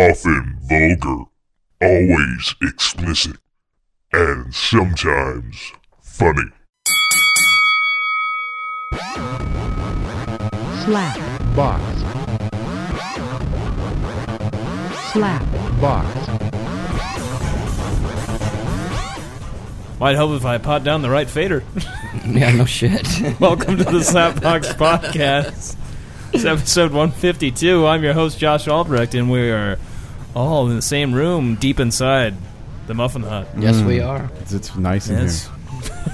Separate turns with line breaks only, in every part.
often vulgar, always explicit, and sometimes funny.
Slap
box,
slap
box,
Might help if I pot down the right fader.
Yeah, no shit.
Welcome to the Slapbox Podcast. It's episode 152. I'm your host, Josh Albrecht, and we are all in the same room deep inside the Muffin Hut.
yes, we are.
It's, it's nice in
Yes.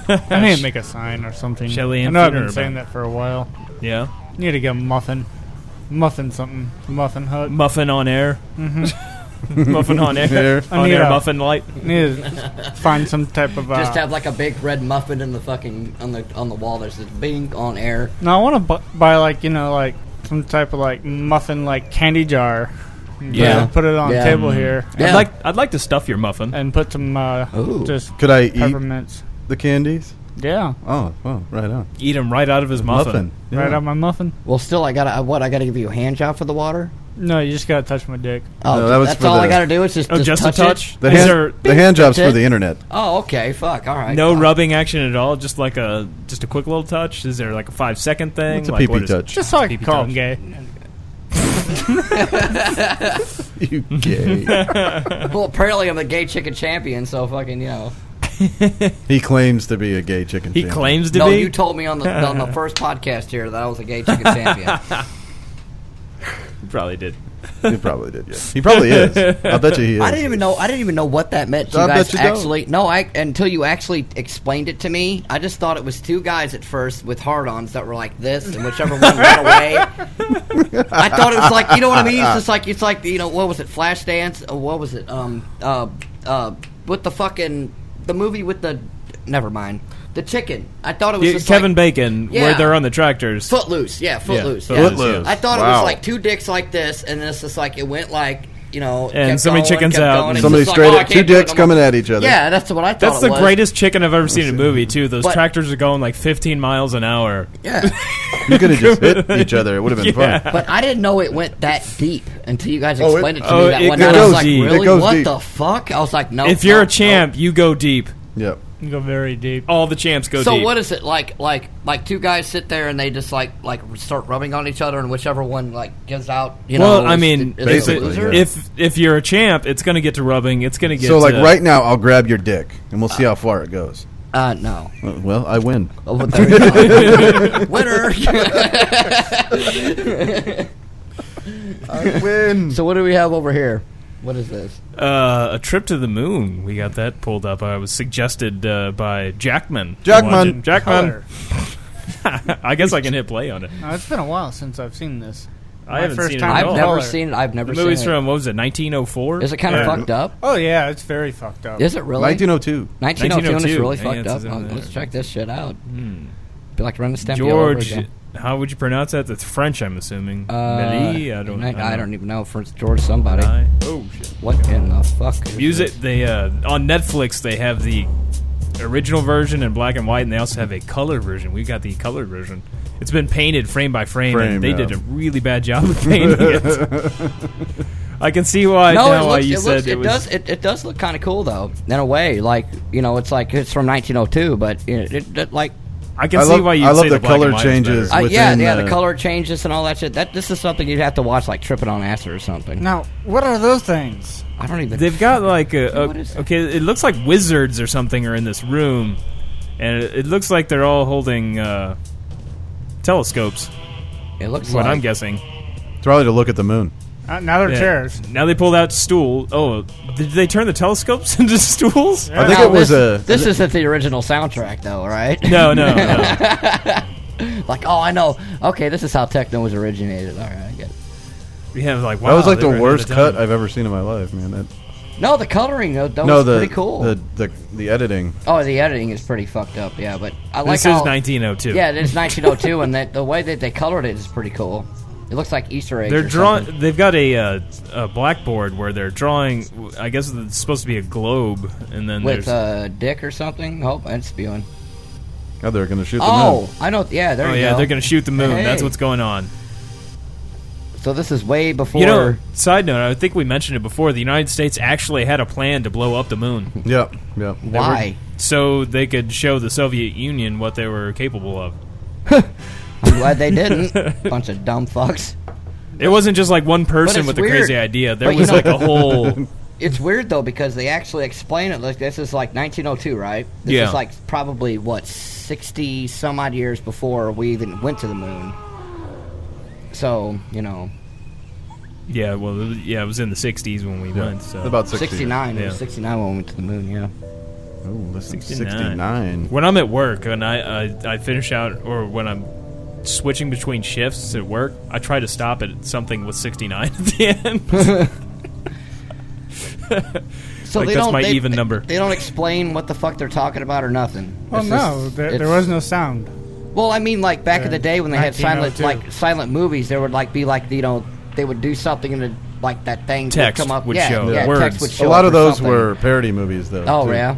here.
I need to make a sign or something.
Shelley and
I know I've
Peter
been
are
saying that for a while.
Yeah.
Need to get a muffin, muffin something, muffin hut.
Muffin on air. muffin on air.
Air.
on
need
air
a-
muffin light.
Need to find some type of. Uh,
Just have like a big red muffin in the fucking on the on the wall. There's this bing on air.
no, I want to bu- buy like you know like some type of like muffin like candy jar. and put
Yeah.
it- put it on
Yeah. Mm.
the table here
Yeah.
I'd like I'd like to stuff your muffin.
and put some uh,
Ooh.
just
Could I eat
peppermints.
the candies?
Yeah,
Oh, well, right on.
Eat him right out of his muffin.
Yeah.
right on my muffin.
Well, still, I gotta I, what? I gotta give you a hand job for the water.
No, you just gotta touch my dick.
Oh,
No, that was
that's
for
all I
the-
gotta do is just,
Oh, just,
touch
a touch.
It.
The
Is
hand,
there
the hand job's
That's
for
it?
the internet.
Oh, okay. Fuck. All right.
no
Fuck.
rubbing action at all? Just like a just a quick little touch. Is there like a five second thing?
It's a
like,
pee
what
pee
is-
touch.
Just so I
Pee-pee
can call him
touch.
gay.
you gay.
Well, apparently I'm the gay chicken champion, so fucking you know.
he claims to be a gay chicken.
He
champion.
claims to
no,
be.
you told me on the on the first podcast here that I was a gay chicken champion.
probably did.
He probably did. Yeah. He probably is. I bet you he is.
I didn't even know. I didn't even know what that meant. You
I bet
guys
you don't.
actually no. I until you actually explained it to me. I just thought it was two guys at first with hard-ons that were like this, and whichever one went away. I thought it was like you know what I mean. It's just like it's like you know what was it? Flashdance? Uh, What was it? Um, uh, uh, with the fucking the movie with the never mind the chicken. I thought it was
Yeah,
just
Kevin
like-
Bacon, where
Yeah.
they're on the tractors.
Footloose, yeah, Footloose. Yeah,
Footloose, Footloose.
I thought it
Wow.
was like two dicks like this, and then it's just like it went like you know,
And
kept
so many
going,
chickens
kept
out,
going,
and-
it's
Somebody
just like,
straight
oh, I
up,
can't
two
do it
dicks
no more.
coming at each other.
Yeah, that's what I thought.
That's
it
the
was.
greatest chicken I've ever seen in a movie, too. Those
But-
tractors are going like 15 miles an hour.
Yeah,
You could have just hit each other. It would have been fun.
but I didn't know it went that deep until you guys
Oh, it-
explained it, to
oh,
me that
it
one night. I
goes
was like,
deep. It
really?
goes
what
deep.
the fuck? I was like, no.
If you're
no,
a champ, you go deep.
Yep.
You go very deep.
All the champs go
no. So
deep.
what is it like? Like like two guys sit there and they just like like start rubbing on each other, and whichever one like gives out. You
well,
know,
I
is-
mean,
is the
Basically,
loser?
yeah.
if if you're a champ, it's going to get to rubbing. It's going to get
So, like
to-
right now, I'll grab your dick and we'll see
Ah.
how far it goes.
uh, no.
Uh, Well, I win.
Oh, well, there you go. Winner.
I win.
so what do we have over here? What is this?
uh, a trip to the moon. We got that pulled up. I was suggested uh, by Jackman.
Jackman.
Jackman. I guess I can hit play on it.
Now, it's been a while since I've seen this.
I
My
haven't
first
seen
time
it at
I've
all.
never
Color.
seen it. I've never
The movie's
seen it.
from what was it, 1904?
Is it kind of fucked up?
Oh yeah, it's very fucked up.
Is it really?
1902.
1902
1902.
is really
Yeah,
fucked
it's
up.
in
Oh,
there. Hmm.
let's check this shit out. Be like running stamp
George. How would you pronounce that? That's French, I'm assuming. Millie? I don't.
I, Uh, I don't even know. For George somebody.
I- oh shit!
What in the fuck? is
Music.
this?
They uh, on Netflix. They have the original version in black and white, and they also have a color version. We got the color version. It's been painted frame by frame,
Frame,
and they
yeah.
did a really bad job of painting it. I can see why
No,
now
it
why
looks,
you
it,
said
looks,
it,
it,
was.
does. It, it does look kind of cool though, in a way. Like you know, it's like it's from 1902, but it, it, it like
I can
I
see
love-
why you.
I love
say
the
black and
color
white is
changes.
better.
uh, yeah,
within
yeah,
the-
the color changes and all that shit. That this is something you'd have to watch, like tripping on acid or something.
Now, what are those things?
I don't even.
They've got like a, a-
What is that?
okay. It looks like wizards or something are in this room, and it, it looks like they're all holding uh, telescopes.
it looks
Is what
like
I'm guessing.
It's probably to look at the moon.
Uh, now they're
Yeah.
chairs.
Now they pulled out stool. Oh, did they turn the telescopes into stools?
I think
Now,
it was
this,
a.
This isn't the original soundtrack, though, right?
No, no, no.
like, oh, I know. Okay, this is how techno was originated. All right, I get it.
We have like wow.
that was like
they
the
were ahead
worst
of their
cut
time.
I've ever seen in my life, man. That,
No, the coloring though, that
no,
was
the,
pretty cool.
the the the editing.
oh, the editing is pretty fucked up. Yeah, but I like
This
how.
is 1902.
yeah, it is 1902, and that the way that they colored it is pretty cool. It looks like Easter eggs.
They're
or something.
drawing. They've got a, uh, a blackboard where they're drawing. I guess it's supposed to be a globe, and then
with
there's oh,
uh, Dick or something. Oh, it's spewing.
God, they're Oh, gonna shoot the moon.
Oh, I know. Yeah, there
oh
you
yeah,
go.
they're gonna shoot the moon. That's
Hey.
what's going on.
So this is way before.
You know, side note, I think we mentioned it before. The United States actually had a plan to blow up the moon
Yep. Yep.
why?
so they could show the Soviet Union what they were capable of.
I'm glad they didn't. Bunch of dumb fucks.
It wasn't just like one person
it's
with a
weird.
crazy idea. There
But you
was
know-
like a whole.
It's weird though because they actually explain it like this is like 1902, right? This
Yeah.
is like probably what 60 some odd years before we even went to the moon. So you know,
Yeah, well, it was- yeah, it was in the '60s when we went. So
About 60.
69. It was
Yeah.
69 when we went to the moon. Yeah.
Ooh, listen,
69.
69.
when I'm at work and I, I I finish out or when I'm switching between shifts at work, I try to stop at something with 69 at the end.
So
Like,
they
that's
don't,
my
they-
even number.
They don't explain what the fuck they're talking about or nothing.
Well,
It's
no,
just-
there, there
it's-
was no sound.
Well, I mean, like back in the day when they had silent,
1902.
like silent movies, there would like be like you know they would do something and then, like that thing
Text
would come up.
would
yeah,
show.
yeah,
Words.
text would
A
show.
A lot
up or
of those
something.
were parody movies, though.
Oh
too.
yeah.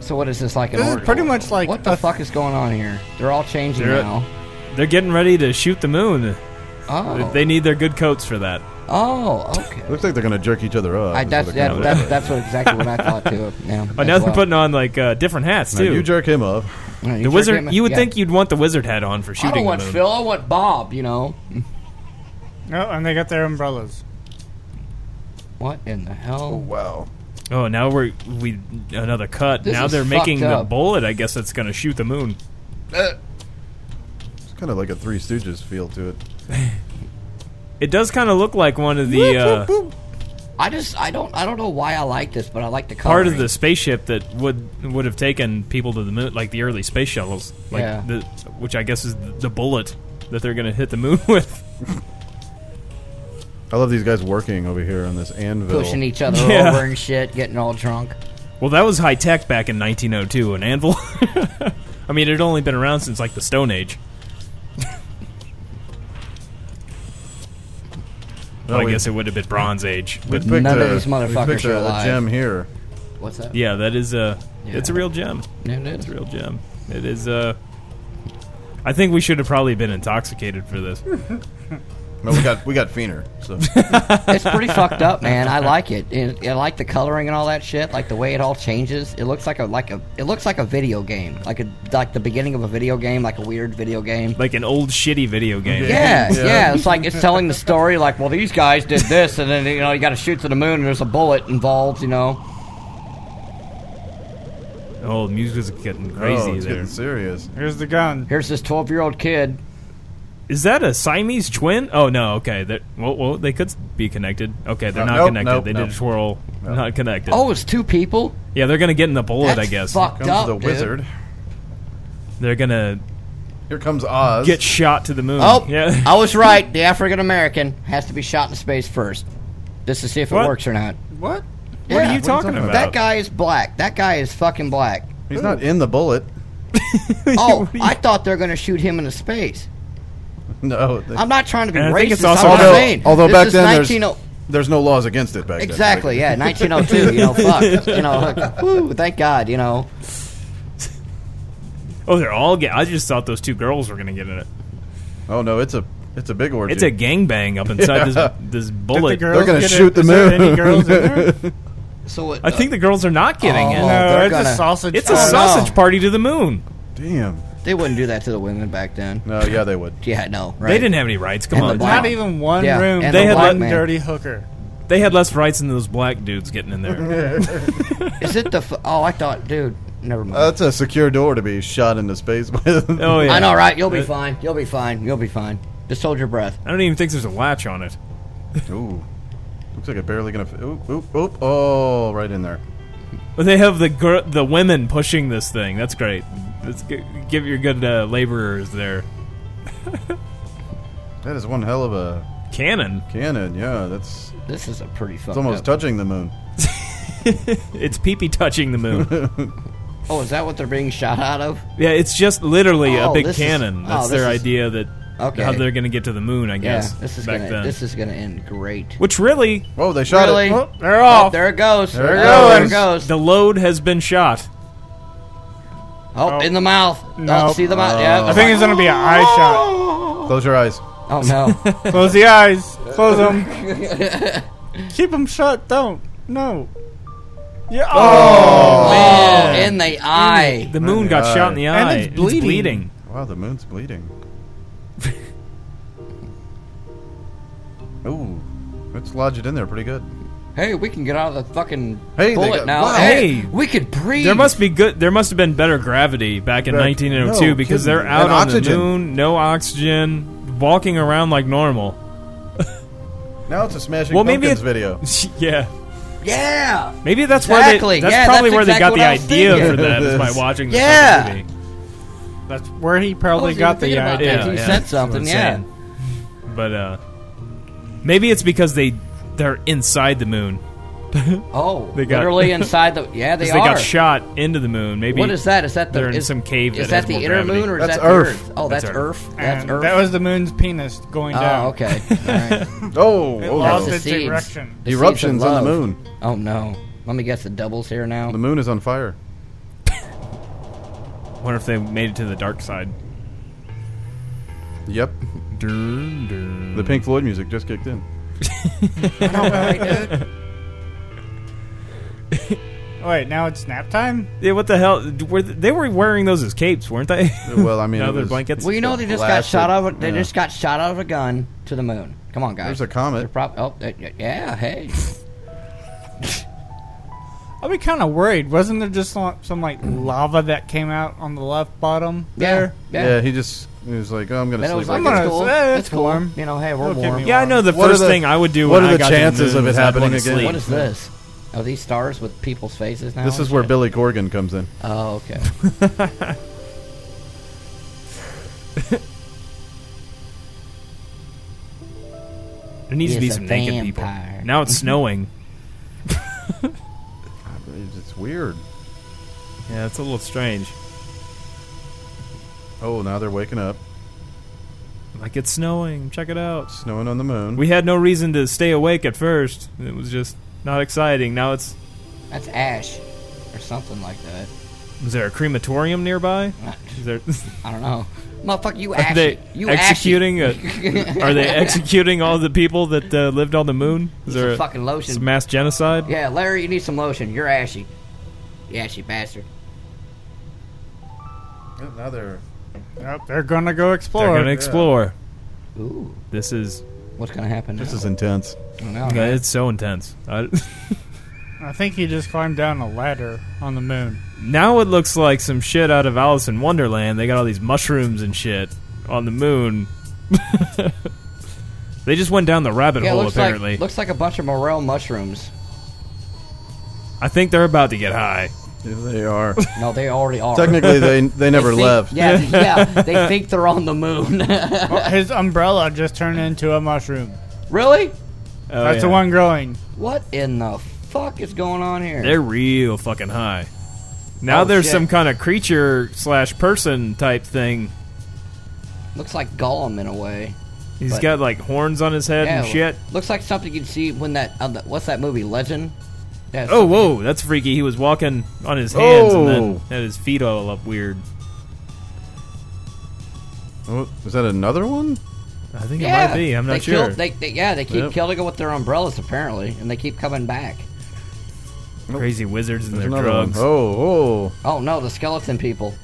So what is this like? An
This is
order?
pretty much like
what
a
the
th-
fuck is going on here? They're all changing
They're-
now.
They're getting ready to shoot the moon.
Oh,
They need their good coats for that.
oh, okay.
Looks like they're going to jerk each other up.
I,
is
that's
what it
that,
kinda
that,
looks
that's what exactly what I thought too. Yeah.
Oh, now they're putting on like uh, different hats
like. Now,
too.
you jerk him up.
the wizard. you would think you'd want the wizard hat on for
I
shooting
don't
the
want
moon.
Phil. I want Bob. You know
Oh, and they got their umbrellas.
what in the hell?
Wow.
Oh, now we're we another cut.
This
now
is
they're making
fucked
the
up.
bullet. I guess that's going to shoot the moon.
It's kind of like a Three Stooges feel to it.
It does kind of look like one of the uh,
I just I don't I don't know why I like this, but I like the
part of
coloring.
the spaceship that would would have taken people to the moon, like the early space shuttles, like
Yeah.
the, which I guess is the, the bullet that they're going to hit the moon with.
I love these guys working over here on this anvil.
pushing each other
Yeah.
over and shit, getting all drunk.
Well, that was high tech back in 1902. An anvil. I mean, it had only been around since like the Stone Age. well, I
we-
guess it would have been Bronze Age.
We
But
picked
None
a,
of these motherfuckers
we picked
are
a, a
alive.
gem here.
What's that?
yeah, that is a it's a
Yeah.
real gem.
Yeah, it is.
It's a real gem. It is uh I think we should have probably been intoxicated for this.
No, we got we got Feener. So
it's pretty fucked up, man. I like it. And I like the coloring and all that shit. Like the way it all changes. It looks like a like a it looks like a video game, like a like the beginning of a video game, like a weird video game.
Like an old shitty video game.
Yeah, yeah, It's like it's telling the story. Like, well, these guys did this, and then you know you got to shoot to the moon, and there's a bullet involved. You know,
Oh, the music is getting crazy
oh, it's
there.
getting serious.
Here's the gun.
here's this 12 year old kid.
Is that a Siamese twin? Oh no, okay. That well, well they could be connected. Okay, they're
Uh,
not
nope,
connected.
nope,
they
nope.
did a twirl. Not connected.
Oh, it's two people.
yeah, they're gonna get in the bullet.
That's
I guess
fucked
Comes
up,
the
dude.
wizard.
they're gonna
Here comes Oz.
get shot to the moon.
Oh,
yeah.
I was right. The African American has to be shot in space first. Just to see if
What?
it works or not.
what?
What are you
talking about?
That guy is black. That guy is fucking black.
He's not in the bullet.
Oh, I thought they're going to shoot him into space.
No. they-
I'm not trying to be
And I
racist.
think it's also-
I'm
Although-
not saying.
although
this
back
is
then there's-
19
There's no laws against it back then.
exactly,
right?
yeah, 1902. You know, fuck. You know, like, woo, thank God. You know,
Oh, they're all. Get, I just thought those two girls were gonna get in it.
Oh no, it's a it's a big orgy.
It's a gangbang up inside
Yeah.
this this
Did
bullet.
the girls
gonna
get
shoot
it?
the
Is there
moon.
any girls in there?
so it,
I think the girls are not getting
Oh.
it.
No, Oh,
they're
it's
gonna-
a sausage. uh,
It's a
fest.
no.
sausage party to the moon.
damn.
uh, they wouldn't do that to the women back then.
No, yeah, they would.
Yeah, no, right?
They didn't have any rights. Come
And the
on,
black-
Not even one
Yeah,
room.
and
They
They
the had
had
black
one
man.
dirty hooker.
they had less rights than those black dudes getting in there.
Is it the? F- oh, I thought, dude. Never mind.
That's a secure door to be shot into space. By
oh yeah,
I know, right? You'll be
Uh,
fine. You'll be fine. You'll be fine. Just hold your breath.
I don't even think there's a latch on it.
Ooh, looks like it barely gonna. Fi- oop, oop, oop. Oh, right in there.
But they have the gir- the women pushing this thing. That's great. Let's g- give your good uh, laborers their
That is one hell of a
cannon.
cannon. Yeah, that's
This is a pretty fucked
it's almost
up.
touching the moon.
It's peepee touching the moon.
oh, is that what they're being shot out of?
yeah, it's just literally a
Oh,
big
this is-
cannon.
oh,
That's
this
their
is-
idea that
Okay.
how they're going to get to the moon. I
Yeah,
guess
this is
back
gonna
then.
this is gonna end great.
Which really,
Whoa, they shot
Really?
it.
Oh, they're
Oh,
off.
there it goes.
There it
oh,
goes.
There it goes.
the load has been shot.
Oh, in the mouth.
Nope.
Oh, see the mouth. Yeah.
I think it's gonna be an eye shot.
Close your eyes.
oh, Oh no.
Close the eyes. Close them. Keep them shut. Don't. No. Yeah.
oh,
Oh.
in the eye.
The moon got
eye.
shot in the
And
eye.
it's bleeding.
bleeding.
Wow, the moon's bleeding. Ooh, let's lodge it in there pretty good.
Hey, we can get out of the fucking
Hey, they
bullet
got-
now.
wow.
Hey,
Hey.
we could breathe.
There must be good. There must have been better gravity back in
Right.
1902
No
because
kidding.
they're out
And
on
oxygen.
the moon, no oxygen, walking around like normal.
Now it's a smashing
Well, maybe
pumpkins
it-
video.
yeah,
Yeah.
maybe that's where
Exactly.
they. That's
Yeah,
probably
that's
where
exactly
they
what I
got
was
the idea
thinking.
for that is by
This.
watching. this
Yeah.
movie.
That's where he probably
Wasn't
got
even
the
thinking about
idea.
that. You
yeah,
said
that's what I'm
something, yeah.
saying. But uh, maybe it's because they they're inside the moon.
Oh,
They got-
literally inside the. Yeah, they,
'Cause
are.
got shot into the moon. Maybe
What is that? Is that the?
they're in
is-
some cave that
Is that
has
the
more
inner
gravity.
moon or is
That's
that the
Earth.
Earth? Oh, that's,
That's
Earth.
Earth.
That's
And
Earth.
That was the moon's penis going down.
Oh, okay. Alright.
Oh,
It
oh,
lost
no.
the
its
seeds.
erection.
The
eruptions
seeds
on
of
the
love.
moon.
Oh no. Let me guess. The doubles here now.
The moon is on fire.
Wonder if they made it to the dark side.
Yep, the Pink Floyd music just kicked in.
Wait, now it's nap time?
Yeah, what the hell? Were th- they were wearing those as capes, weren't they?
Well, I mean, it
no, they're
was-
blankets.
Well, you know they just got
Blasted.
shot out. Of, they
Yeah.
just got shot out of a gun to the moon. Come on, guys.
There's a comet.
They're prob- oh, uh, y- yeah. Hey.
I'll be kind of worried. Wasn't there just some, some like lava that came out on the left bottom there?
Yeah.
Yeah,
yeah.
he just he was like, oh, I'm gonna
Then it
sleep.
was like,
like
I'm
it's
gonna
cool.
say,
It's
it's
cool.
warm.
You know, hey, we're
Don't give
warm.
me
yeah, I know. The
What are
first
the-
thing I would do
what
when I
are the
got to
chances
moon
of it
is I'd
happening
wanna
again?
sleep.
What is this? Are these stars with people's faces now?
this
and
is where
shit?
Billy Corgan comes in.
Oh, okay.
There needs to
He
be
is a
some naked people.
vampire.
Now it's snowing.
Ah, It's it's weird.
yeah, it's a little strange.
Oh, now they're waking up.
Like it's snowing. Check it out.
Snowing on the moon.
We had no reason to stay awake at first. It was just not exciting. Now it's.
That's ash, or something like that.
Is there a crematorium nearby? Is there?
I don't know. Motherfucker, you
Are
ashy.
they
you
executing? A, are they executing all the people that uh, lived on the moon? Is
ashy.
there
Some
a,
fucking
it's a
lotion?
mass genocide?
Yeah, Larry, you need some lotion. You're ashy. You ashy bastard.
Yeah, Oh, now they're oh,
Yep, they're gonna go explore.
They're gonna explore.
Ooh,
This is.
what's gonna happen?
this
now?
is intense.
I don't know. man.
It's so intense. I,
I think he just climbed down a ladder on the moon.
now it looks like some shit out of Alice in Wonderland. They got all these mushrooms and shit on the moon. they just went down the rabbit
Yeah,
hole.
looks
Apparently,
like looks like a bunch of morel mushrooms.
I think they're about to get high.
Yeah, they are.
No, they already are.
Technically, they they
They
never
think-
left.
Yeah, yeah. They think they're on the moon.
Oh, his umbrella just turned into a mushroom.
really?
Oh,
That's the
yeah.
one growing.
What in the fuck is going on here?
They're real fucking high. Now
Oh,
there's
shit.
some kind of creature slash person type thing.
Looks like Gollum in a way.
He's
But-
got like horns on his head and
Yeah,
shit.
Looks like something you'd see when that. Uh, the- what's that movie? Legend. Yeah,
Oh, whoa, that's freaky. He was walking on his hands and then
Oh.
had his feet all up weird.
Oh, is that another one?
I think
Yeah,
it might be. I'm
they
not
kill-
sure.
they, they, yeah, they keep
Yep.
killing it with their umbrellas apparently, and they keep coming back.
Crazy wizards and
There's
their
another
drugs.
One. Oh, oh.
Oh no, the skeleton people.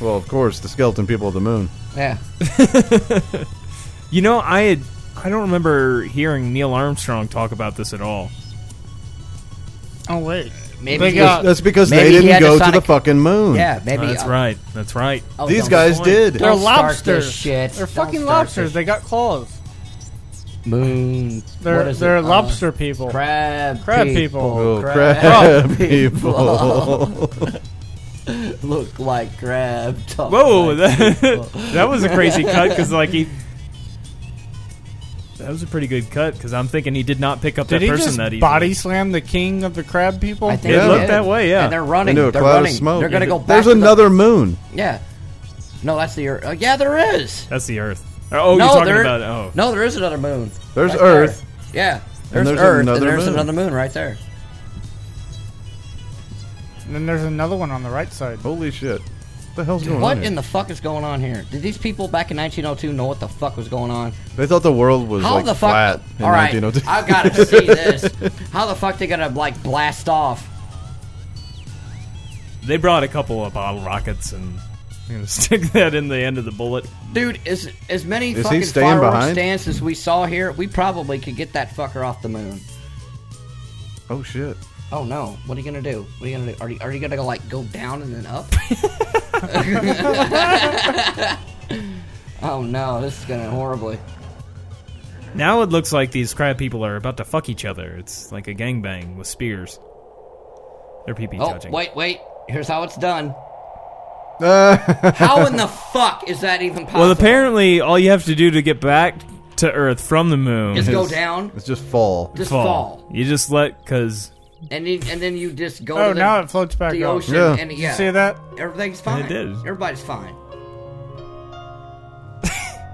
Well, of course, the skeleton people of the moon.
Yeah,
You know, I had I don't remember hearing Neil Armstrong talk about this at all.
Oh wait.
maybe.
They
he-
got-
That's because
Maybe he
they didn't
had
go to
decided-
the fucking moon.
yeah, maybe.
Oh, that's
uh,
right. That's right.
oh,
These
don't-
guys did.
They're
Don't start
lobsters.
this shit.
They're
Don't
fucking
start this
lobsters. They got claws.
Moon. what
They're
is
they're
it? Uh,
lobster people.
crab.
Crab people.
Oh, crab people.
Look like crab. talk
Whoa,
like
that,
people.
that was a crazy cut because like he. That was a pretty good cut because I'm thinking he did not pick up
Did
that
he
person
just
that easily.
body slam the king of the crab people?
I think
It
they
looked
did.
that way, yeah.
And they're running.
Into a
they're
cloud
running.
of smoke.
They're gonna go back.
There's
to the-
another moon.
yeah. No, that's the Earth. Oh, yeah, there is.
That's the Earth. Oh,
no,
you're talking
there,
about oh.
No, there is another moon.
There's
Right
Earth.
There. Yeah. There's,
there's
Earth,
another
and there's
moon.
another moon right there. Oh,
And then there's another one on the right side.
Holy shit. the hell's going on?
What
here?
in the fuck is going on here? Did these people back in 1902 know what the fuck was going on?
They thought the world was
How
like
the fuck?
flat in
all right,
1902.
I gotta see this. How the fuck they gonna like blast off?
They brought a couple of bottle rockets and I'm gonna stick that in the end of the bullet.
Dude, as as many
he
fucking
staying
fireworks
behind?
stands as we saw here, we probably could get that fucker off the moon.
oh shit!
Oh no! What are you gonna do? What are you gonna do? Are you, are you gonna go like go down and then up? oh no! This is gonna end horribly.
Now it looks like these crab people are about to fuck each other. It's like a gangbang with spears. They're pee pee
Oh
touching.
wait, wait! Here's how it's done.
Uh,
How in the fuck is that even possible?
Well, apparently, all you have to do to get back to Earth from the moon
just go down,
it's just fall.
just fall,
You just let because
and then and then you just go.
Oh,
to the,
now it floats back
the
up.
ocean,
Yeah.
and
You
yeah,
see that?
everything's fine.
did.
Everybody's fine.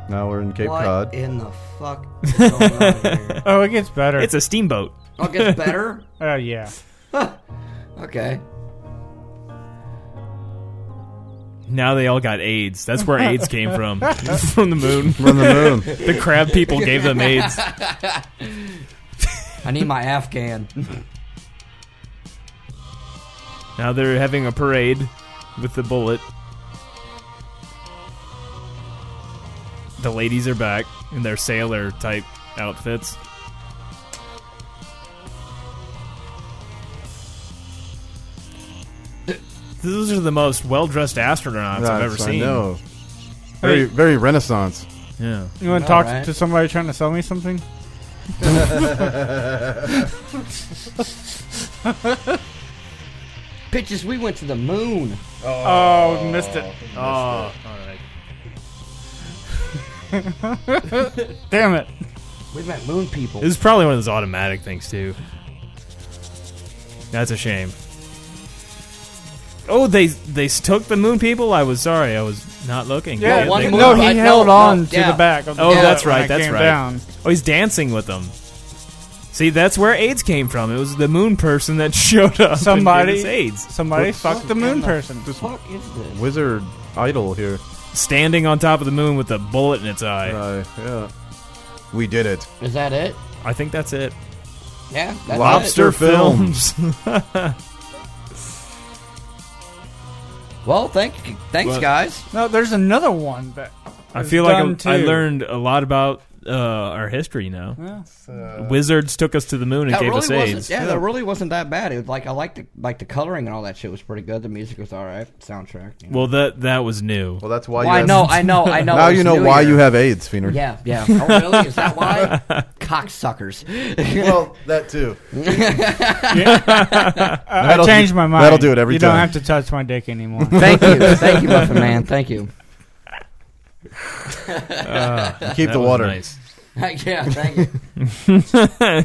Now we're in Cape
what
Cod.
in the fuck? Is going on here?
Oh, it gets better.
it's a steamboat.
Oh, it gets better.
oh yeah.
Okay.
Now they all got AIDS. That's where AIDS came from. from the moon.
We're on the moon.
The crab people gave them AIDS.
I need my Afghan.
Now they're having a parade with the bullet. The ladies are back in their sailor type outfits. Those are the most well dressed astronauts I've ever
That's- I
seen.
know. Very, very Renaissance.
Yeah.
You want to talk
Alright.
to somebody trying to sell me something?
Bitches, we went to the moon.
Oh, missed it.
Oh, all right.
Damn it.
We met moon people.
This is probably one of those automatic things too. That's a shame. Oh, they they took the moon people. I was sorry, I was not looking.
Yeah,
They-
one
they-
more
no,
I-
he
no,
held
no,
on to
yeah.
the back. Of the
Oh,
boat
that's
when
right,
it
that's
came
right.
Down.
oh, he's dancing with them. See, that's where AIDS came from. It was the moon person that showed up. and gave
Somebody,
us AIDS
somebody
Whoops.
fucked the moon person.
What is this?
Wizard idol here.
standing on top of the moon with a bullet in its eye.
Uh, yeah. We did it.
Is that it?
I think that's it.
Yeah. That's
Lobster
It.
films.
Well, thank, thanks,
Well-
guys.
No, there's another one that
I
was
feel like
done,
I, I
too.
learned a lot about uh, our history now.
Yeah.
Wizards took us to the moon and
That
gave
really
us
wasn't.
AIDS.
Yeah, that really wasn't that bad. It was like I liked the like the coloring and all that shit was pretty good. The music was all right. Soundtrack. You know.
Well, that that was new.
Well, that's why.
Well, I
you have-
know, I know, I know.
Now
it was
you know
New
why
Year.
you have AIDS, Feener.
Yeah, yeah. Oh, really? Is that why? Cocksuckers.
Well, that too.
I, I
That'll
changed
do-
my mind.
that'll do it every
you
time.
don't have to touch my dick anymore.
Thank you, thank you, Muffin Man. Thank you.
Keep
That was
the water.
nice.
yeah, thank you.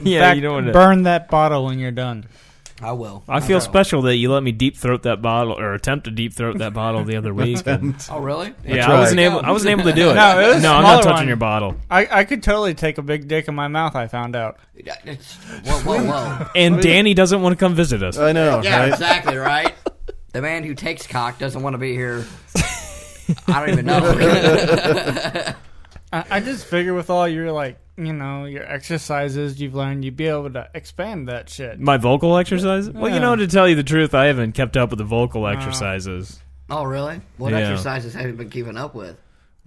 yeah,
Back-
you don't want to.
burn that bottle when you're done.
I will.
I feel
will.
special that you let me deep throat that bottle or attempt to deep throat that bottle the other week. And-
Oh, really?
yeah, I wasn't
tried.
able. I wasn't able to do it.
No, it was
I'm
smaller
not touching
one.
your bottle.
I, I could totally take a big dick in my mouth. I found out.
It's- whoa, whoa, whoa.
And Danny doesn't want to come visit us.
I know,
Yeah,
right?
exactly, right? The man who takes cock doesn't want to be here. I don't even know.
I, I just figure with all your like, you know, your exercises you've learned, you'd be able to expand that shit.
My vocal exercise? Well, you
Yeah.
know, to tell you the truth, I haven't kept up with the vocal exercises.
oh, really? What
Yeah.
exercises have you been keeping up with?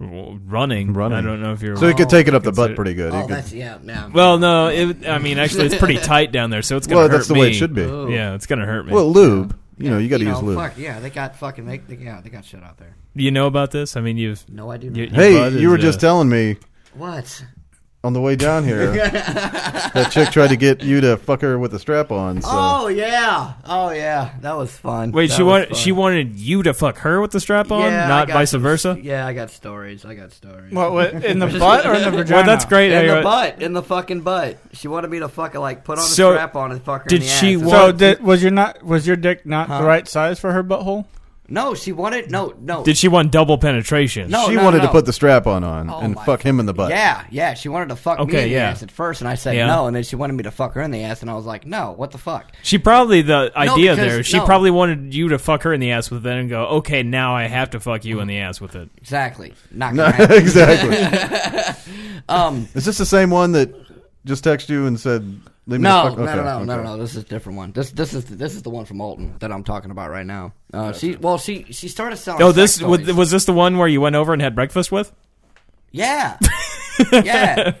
W- Running,
Running.
I don't know if you're.
So you could take it up the
Consider-
butt pretty good. You
Oh,
could-
that's yeah, yeah.
well, no, it, I mean, actually, it's pretty tight down there, so it's gonna
well,
hurt
that's the
me.
way it should be.
Ooh.
Yeah, it's gonna hurt me.
Well, lube. You know, you got to
You
use
know,
lube.
fuck yeah, they got fucking they, they, yeah, they got shit out there.
you know about this? I mean, you've.
No, I do not.
You, your butt
Hey, you
is,
were
uh,
just telling me
what?
on the way down here that chick tried to get you to fuck her with a strap on. So.
Oh yeah, oh yeah, that was fun.
Wait,
That
she
was
wanted
fun.
she wanted you to fuck her with the strap on,
Yeah, I
not
got
vice
some-
versa.
Yeah, I got stories. I got stories.
What, what in the butt or in the vagina?
Well, that's great.
In
Hey,
the
uh,
butt, in the fucking butt. She wanted me to fucking like put on a
So,
strap on and fuck her. in
did
the
she
ass.
want-
So did, was your not was your dick not
Huh?
the right size for her butthole?
No, she wanted no, no.
Did she want double penetration?
No.
she wanted to
no.
put the strap on on
Oh
and
my-
fuck him in the butt.
Yeah, yeah. She wanted to fuck me
Okay,
in the
yeah.
ass at first, and I said
Yeah.
no, and then she wanted me to fuck her in the ass, and I was like, no, what the fuck?
She probably the idea
because-
there. She
no.
probably wanted you to fuck her in the ass with it, and go, okay, now I have to fuck you in the ass with it.
Exactly. Not
No,
gonna happen.
exactly.
Um,
Is this the same one that just texted you and said, "Leave me the
no,
fuck"?
no,
okay,
no, no, no,
okay.
no. This is a different one. This, this is, this is the one from Alton that I'm talking about right now. Uh, she, well, she, she started selling.
Oh,
sex
this was,
toys.
was this the one where you went over and had breakfast with?
yeah, yeah.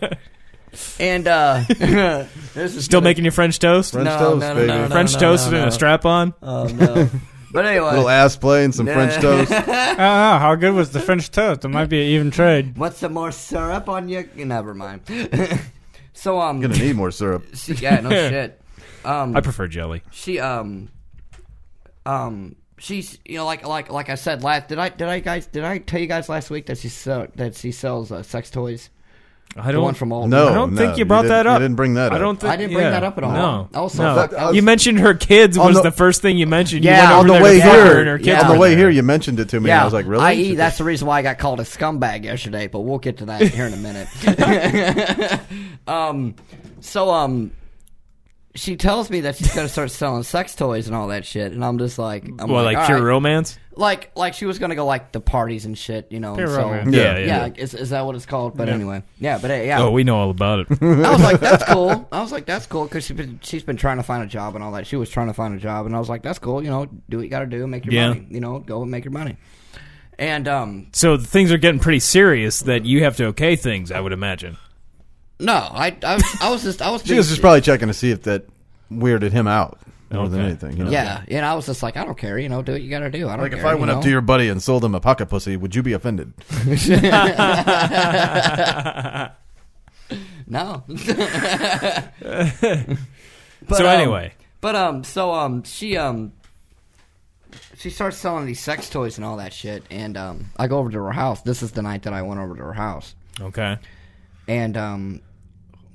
And uh, this is
Still
gonna-
making your French toast?
French
no,
toast,
no, no,
baby.
no, no,
French
no,
toast
no,
and
no.
a strap on?
Oh no. But
Little
anyway,
ass play and some
Yeah.
French toast.
I don't know. How good was the French toast? It might be an even trade.
what's some more syrup on you? Never mind. so um,
gonna need more syrup.
she, yeah, no shit. Um,
I prefer jelly.
she um um she's you know like like like I said last did I did I guys did I tell you guys last week that she sell, that she sells uh, sex toys
I
the
don't
one from Alton
No,
I don't
Oh, no,
think
you
you brought
didn't-
that
you
up.
didn't bring that
I
up.
don't think
I didn't bring
yeah.
that up at all.
No,
I was so
no.
fucked
up.
You mentioned her kids was
the-
the, first thing you mentioned. You went
Yeah,
over
on the
there
way
to fuck her and
here,
her kids
on the
were
way
there.
here, you mentioned it to me. and
yeah
I was like, really?
I.e. that's the reason why I got called a scumbag yesterday but we'll get to that here in a minute um so um she tells me that she's gonna start selling sex toys and all that shit and I'm just like I'm
Well, like
like
pure
"All right."
romance.
like like she was gonna go like the parties and shit you know
Pure
so,
romance.
Yeah,
Yeah, yeah.
yeah, Is, is that what it's called? But anyway, yeah, but uh, yeah.
Oh, we know all about it.
I was like, that's cool. I was like, that's cool because she's been she's been trying to find a job and all that. She was trying to find a job, and I was like, that's cool. You know, do what you got to do, make your
Yeah.
money. You know, go and make your money. And um,
so things are getting pretty serious that you have to okay things. I would imagine.
no, I I was, I was just I was
she was just probably checking to see if that weirded him out more than
Okay.
anything. You know?
yeah, and I was just like, I don't care. You know, do what you got to do. I don't
Like if
care,
I went
you
up to
know?
your buddy and sold him a pocket pussy, would you be offended?
no. But,
so
um,
anyway,
But um, so um, she um, she starts selling these sex toys and all that shit, and um, I go over to her house. This is the night that I went over to her house,
okay,
and um,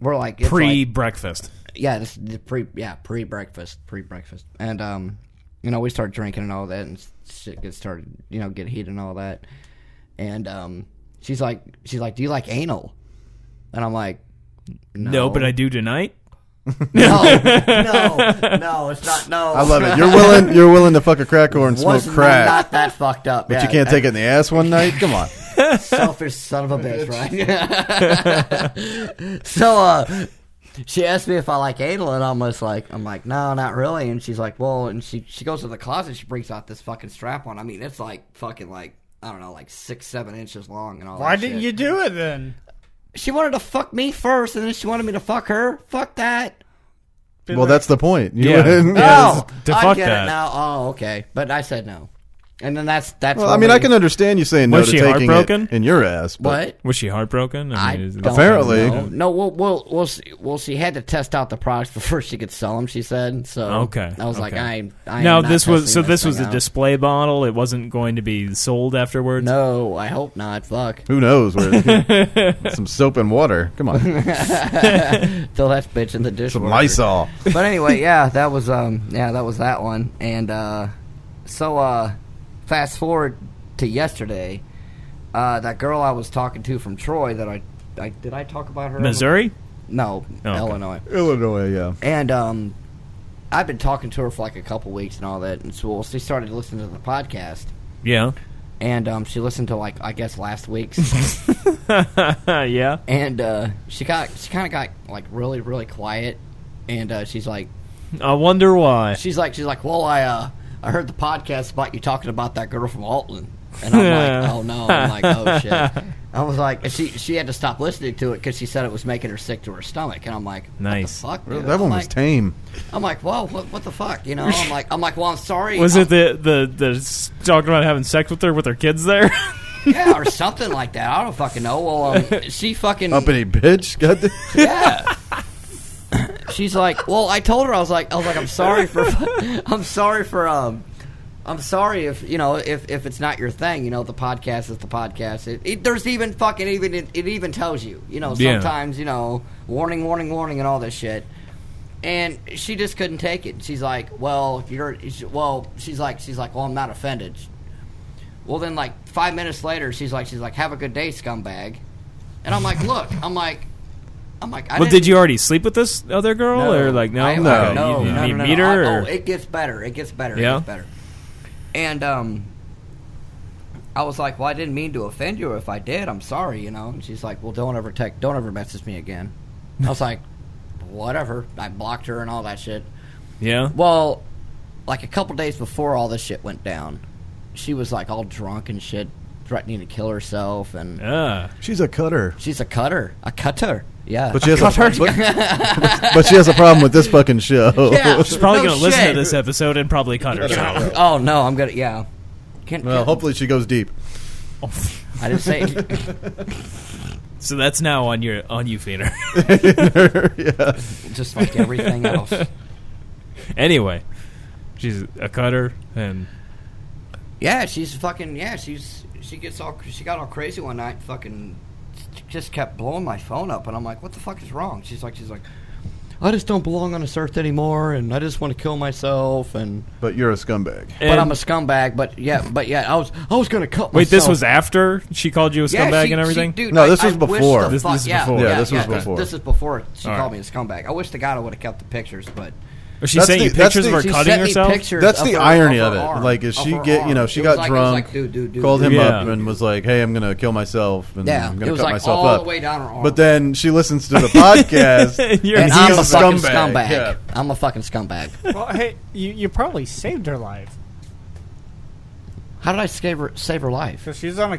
we're like it's
pre
like-
breakfast.
yeah, this the pre yeah pre breakfast pre breakfast, and um, you know we start drinking and all that, and shit gets started, you know, get heated and all that, and um, she's like she's like, do you like anal? And I'm like, no,
No, but I do tonight.
no, no, no, it's not no.
I love it. You're willing. You're willing to fuck a crack whore and smoke
was
crack,
not that fucked up.
but you can't take it in the ass one night. Come on.
Selfish son of a bitch, right? so, uh, she asked me if I like anal, and I'm just like, I'm like, no, not really. And she's like, well, and she she goes to the closet, she brings out this fucking strap on. I mean, it's like fucking like I don't know, like six, seven inches long, and all.
Why
that
didn't
shit.
you do it then?
She wanted to fuck me first, and then she wanted me to fuck her. Fuck that.
Well, that's the point. You
Yeah.
wouldn't-
Yeah.
Oh,
it's- to
I
fuck
get
that.
it now. Oh, okay, but I said no, and then that's that's.
Well,
when
I mean, I
we-
can understand you saying no
Was
to
she
taking
heartbroken?
it in your ass. But
What?
Was she heartbroken?
I
mean, is-
don't
Apparently.
know. No, well, well, well, she, well, she had to test out the products before she could sell them. She said so.
Okay.
I was like,
okay.
I, I.
now
am not
this was so
testing
this was
thing
a
out.
display model. It wasn't going to be sold afterwards.
No, I hope not. Fuck.
Who knows? Where some soap and water. Come on.
Throw that bitch in the dishwasher.
Some Lysol.
but anyway, yeah, that was um, yeah, that was that one. And uh, so uh, fast forward to yesterday, uh, that girl I was talking to from Troy that I, I did I talk about her?
Missouri.
No,
Oh, okay.
Illinois.
Illinois. Yeah.
And um, I've been talking to her for like a couple weeks and all that. And so well, she started listening to the podcast,
Yeah.
and um, she listened to like I guess last week's,
yeah.
and uh, she got she kind of got like really really quiet, and uh, she's like
I wonder why.
she's like she's like well I uh, I heard the podcast about you talking about that girl from Altland, and I'm like oh no, I'm like oh shit. I was like, and she she had to stop listening to it because she said it was making her sick to her stomach, and I'm like, what the
Nice.
fuck, dude?
That
I'm
one was
like-
tame.
I'm like, whoa, what, what the fuck? You know, I'm like, I'm like, well, I'm sorry.
Was
I'm-
it the the the s- talking about having sex with her with her kids there?
yeah, or something like that? I don't fucking know. Well, um, she fucking
Uppity bitch. God damn.
yeah. She's like, well, I told her I was like, I was like, I'm sorry for, I'm sorry for, um, I'm sorry if you know if if it's not your thing. You know, the podcast is the podcast. It, it there's even fucking even it, it even tells you. You know,
Yeah.
sometimes you know, warning, warning, warning, and all this shit. And she just couldn't take it. She's like, well, you're, well, she's like, she's like, well, I'm not offended. Well, then like five minutes later, she's like, she's like, have a good day, scumbag. And I'm like, look, I'm like, I'm like, I
Well,
didn't-
did you already sleep with this other girl, or like no,
I-
Okay,
I-
you-
no,
you,
no,
need
no, no,
meter?
I-
or?
oh, it gets better. It gets better.
Yeah?
It gets better. And um, I was like, "Well, I didn't mean to offend you. If I did, I'm sorry." You know. And she's like, "Well, don't ever text. Don't ever message me again." I was like, "Whatever." I blocked her and all that shit.
yeah.
Well, like a couple days before all this shit went down, she was like all drunk and shit, threatening to kill herself, and
Ah.
She's a cutter.
she's a cutter, a cutter. Yeah,
But she has a but, but she has a problem with this fucking show.
Yeah.
she's probably
No
gonna listen to
shit.
this episode and probably cut herself.
oh no, I'm gonna yeah. Can't,
Well, hopefully she goes deep.
I didn't say.
so that's now on your on you, Feener.
yeah.
just like everything else.
anyway, she's a cutter, and
Yeah, she's fucking. Yeah, she's she gets all she got all crazy one night. And fucking, just kept blowing my phone up, and I'm like, what the fuck is wrong? She's like, she's like, I just don't belong on this earth anymore, and I just want to kill myself, and,
But you're a scumbag.
but
and-
I'm a scumbag. But yeah, but yeah, I was I was gonna cut.
wait. This
myself.
was after she called you a
Yeah,
scumbag
she-
and everything.
She, dude,
No,
I-
this was
I wish
before.
the
This-
fuck-
this is
yeah,
before.
Yeah,
Yeah, this was
yeah,
before.
This is before she
All
called
right.
me a scumbag. I wish the God I would have kept the pictures, but
Was she
That's
saying
the-
you
that's
pictures
the-
were
she
cutting
sent me
herself?
pictures
That's
of
the
her-
irony
of
of,
her
it.
arm,
like, is
of
she
her
get? You know,
arm.
she
It was
got
like- it was
drunk,
like, dude, dude, dude,
called him
dude.
up,
Yeah.
and was like, "Hey, I'm gonna kill myself, and
Yeah,
I'm
it
gonna
was
cut
like
myself
all
up."
the way down her arm.
But then she listens to the podcast.
You're
and
a
I'm a
scumbag.
fucking
scumbag.
scumbag.
Yeah.
I'm a fucking scumbag.
Well, hey, you, you probably saved her life
How did I save her, save her life?
because she's on a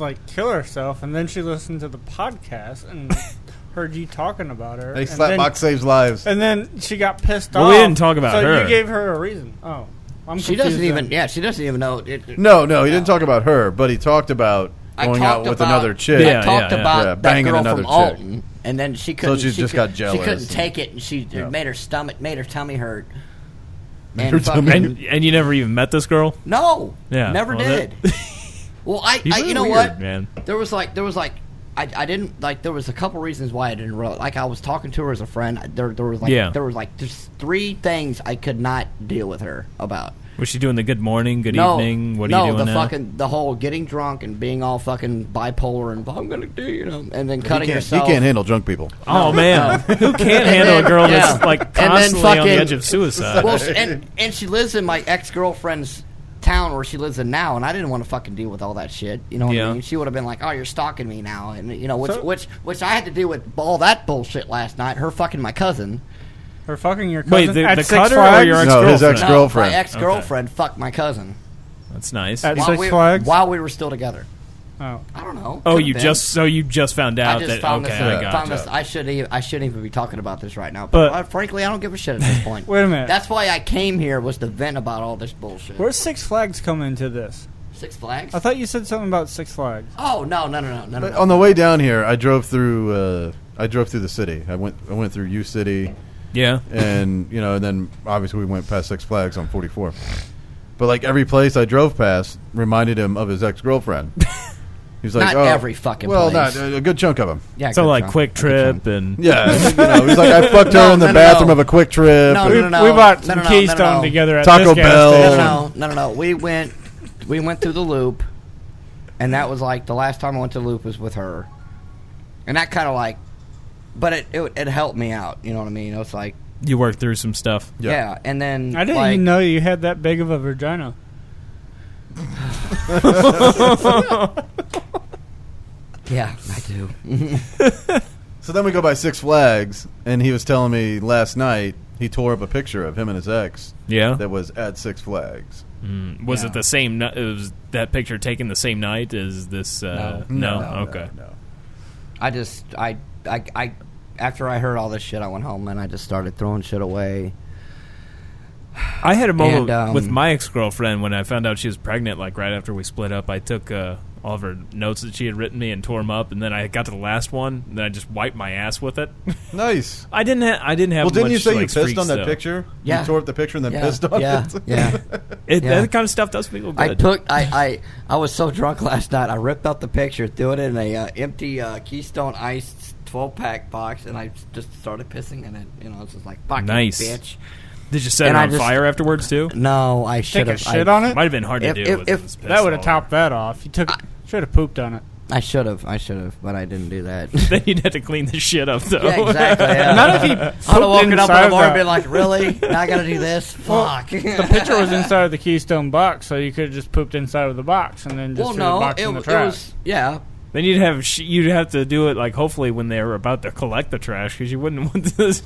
like kill herself, and then she listened to the podcast and heard you talking about her.
Hey,
and
Slapbox saves lives.
Then, and then she got pissed
Well,
off.
we didn't talk about
so
her.
You gave her a reason. Oh, I'm
She
confused
doesn't
then.
even. Yeah, she doesn't even know. It, it-
No, no, he didn't talk about her, but he talked about
I
going
talked
out with
about-
another chick.
I
Yeah,
talked
yeah.
about
Yeah,
that
banging
girl
another
from
chick.
Alton, and then she couldn't.
she just
could-
got
She
jealous
couldn't
and-
take it, and she it
Yeah.
made her stomach, made her tummy hurt.
Made
And
her
fucking-
tummy hurt.
And, and you never even met this girl.
No,
Yeah,
never
well,
did.
that-
well, I,
He's
I
really
you know
weird,
what
man.
There was like there was like. I, I didn't like. There was a couple reasons why I didn't really like. I was talking to her as a friend. There, there was like,
Yeah.
there was like just three things I could not deal with her about.
Was she doing the good morning, good
no,
evening? What are
no,
you doing
the
now?
fucking the whole getting drunk and being all fucking bipolar and I'm gonna do you know, and then
he
cutting
can't, he
yourself.
can't handle drunk people.
oh man, who can't handle a girl that's
Yeah.
like
And then
constantly on the
fucking-
edge of suicide?
Well, she- and and she lives in my ex girlfriend's town where she lives in now, and I didn't want to fucking deal with all that shit. You know what
Yeah.
I mean? She would have been like, "Oh, you're stalking me now," and you know, which
So-
which which I had to deal with all that bullshit last night. Her fucking my cousin.
Her fucking your cousin
Wait, the-
at
the
Six
cutter or
Flags?
your ex-
No, his
Ex-girlfriend.
ex girlfriend.
No, my ex girlfriend fucked my cousin
that's nice.
At
while
Six
we
Flags.
while we were still together.
Oh.
I don't know.
oh,
Could've
you
been.
just so you just found
I
out
just
that
found
okay,
this.
I
I
got
found
it.
this. I shouldn't. e- I shouldn't even be talking about this right now.
But-
But, uh, frankly, I don't give a shit at this point.
Wait a minute.
That's why I came here was to vent about all this bullshit.
Where's Six Flags come into this?
Six Flags?
I thought you said something about Six Flags.
oh no, no, no, no, no, no,
But
no.
on the way down here, I drove through. Uh, I drove through the city. I went. I went through U City,
Yeah,
and you know, and then obviously we went past Six Flags on 44. But like every place I drove past reminded him of his ex girlfriend. He's like,
Not
oh,
every fucking
well,
place.
not a, a good chunk of them.
Yeah,
so
good
like
job.
quick trip and
Yeah, you know, he's like, I fucked her
No,
in the
no, no,
bathroom
no.
of a Quick Trip.
No, no,
and-
we,
no, no.
we bought
No,
some
no, no, no,
Keystone
no.
together at
Taco
this gas
Bell.
No,
station.
no, no, no, no. We went, we went through the loop, and that was like the last time I went to the loop was with her, and that kind of like, but it, it it helped me out. You know what I mean? It was like,
you worked through some stuff.
yeah, and then
I didn't
like,
even know you had that big of a vagina.
Yeah, I do.
So then we go by Six Flags, and he was telling me last night he tore up a picture of him and his ex
Yeah,
that was at Six Flags.
was
yeah.
it the same? ni- It was that picture taken the same night as this? Uh,
No,
okay.
no, no.
I just I, I I after I heard all this shit, I went home and I just started throwing shit away.
I had a moment
And, um,
with my ex girlfriend when I found out she was pregnant. Like right after we split up, I took uh, all of her notes that she had written me and tore them up, and then I got to the last one, and then I just wiped my ass with it.
Nice.
I didn't. Ha- I didn't have.
Well, didn't
much,
you say
like,
you pissed
streaks,
on that
though.
picture?
Yeah.
You tore up the picture and then
Yeah,
pissed on
yeah,
it?
yeah.
It,
Yeah.
That kind of stuff does feel good.
I took I, I I was so drunk last night. I ripped out the picture, threw it in a uh, empty uh, Keystone Ice twelve pack box, and I just started pissing in it. You know, I was just like, "Fuck you,
Nice.
bitch."
Did you set
And
it
I
on
just-
fire afterwards too?
No, I
Take
should
a
have.
shit
I,
on it.
Might have been hard to
If-
do.
if-
with it
if-
was pissed
that would have
all
topped that off. You took should have pooped on it.
I should have. I should have, but I didn't do that.
over. Then you'd have to clean the shit up though.
yeah, exactly. Yeah.
Not if he
I'd
pooped
have woken up in
inside
the
of
morning and
the,
been like, "Really? Now I got to do this? Fuck."
the picture was inside of the Keystone box, so you could have just pooped inside of the box and then just
well,
threw the
no,
box
it,
in the
it
trash.
was yeah.
Then you'd have sh- you'd have to do it like hopefully when they were about to collect the trash because you wouldn't want this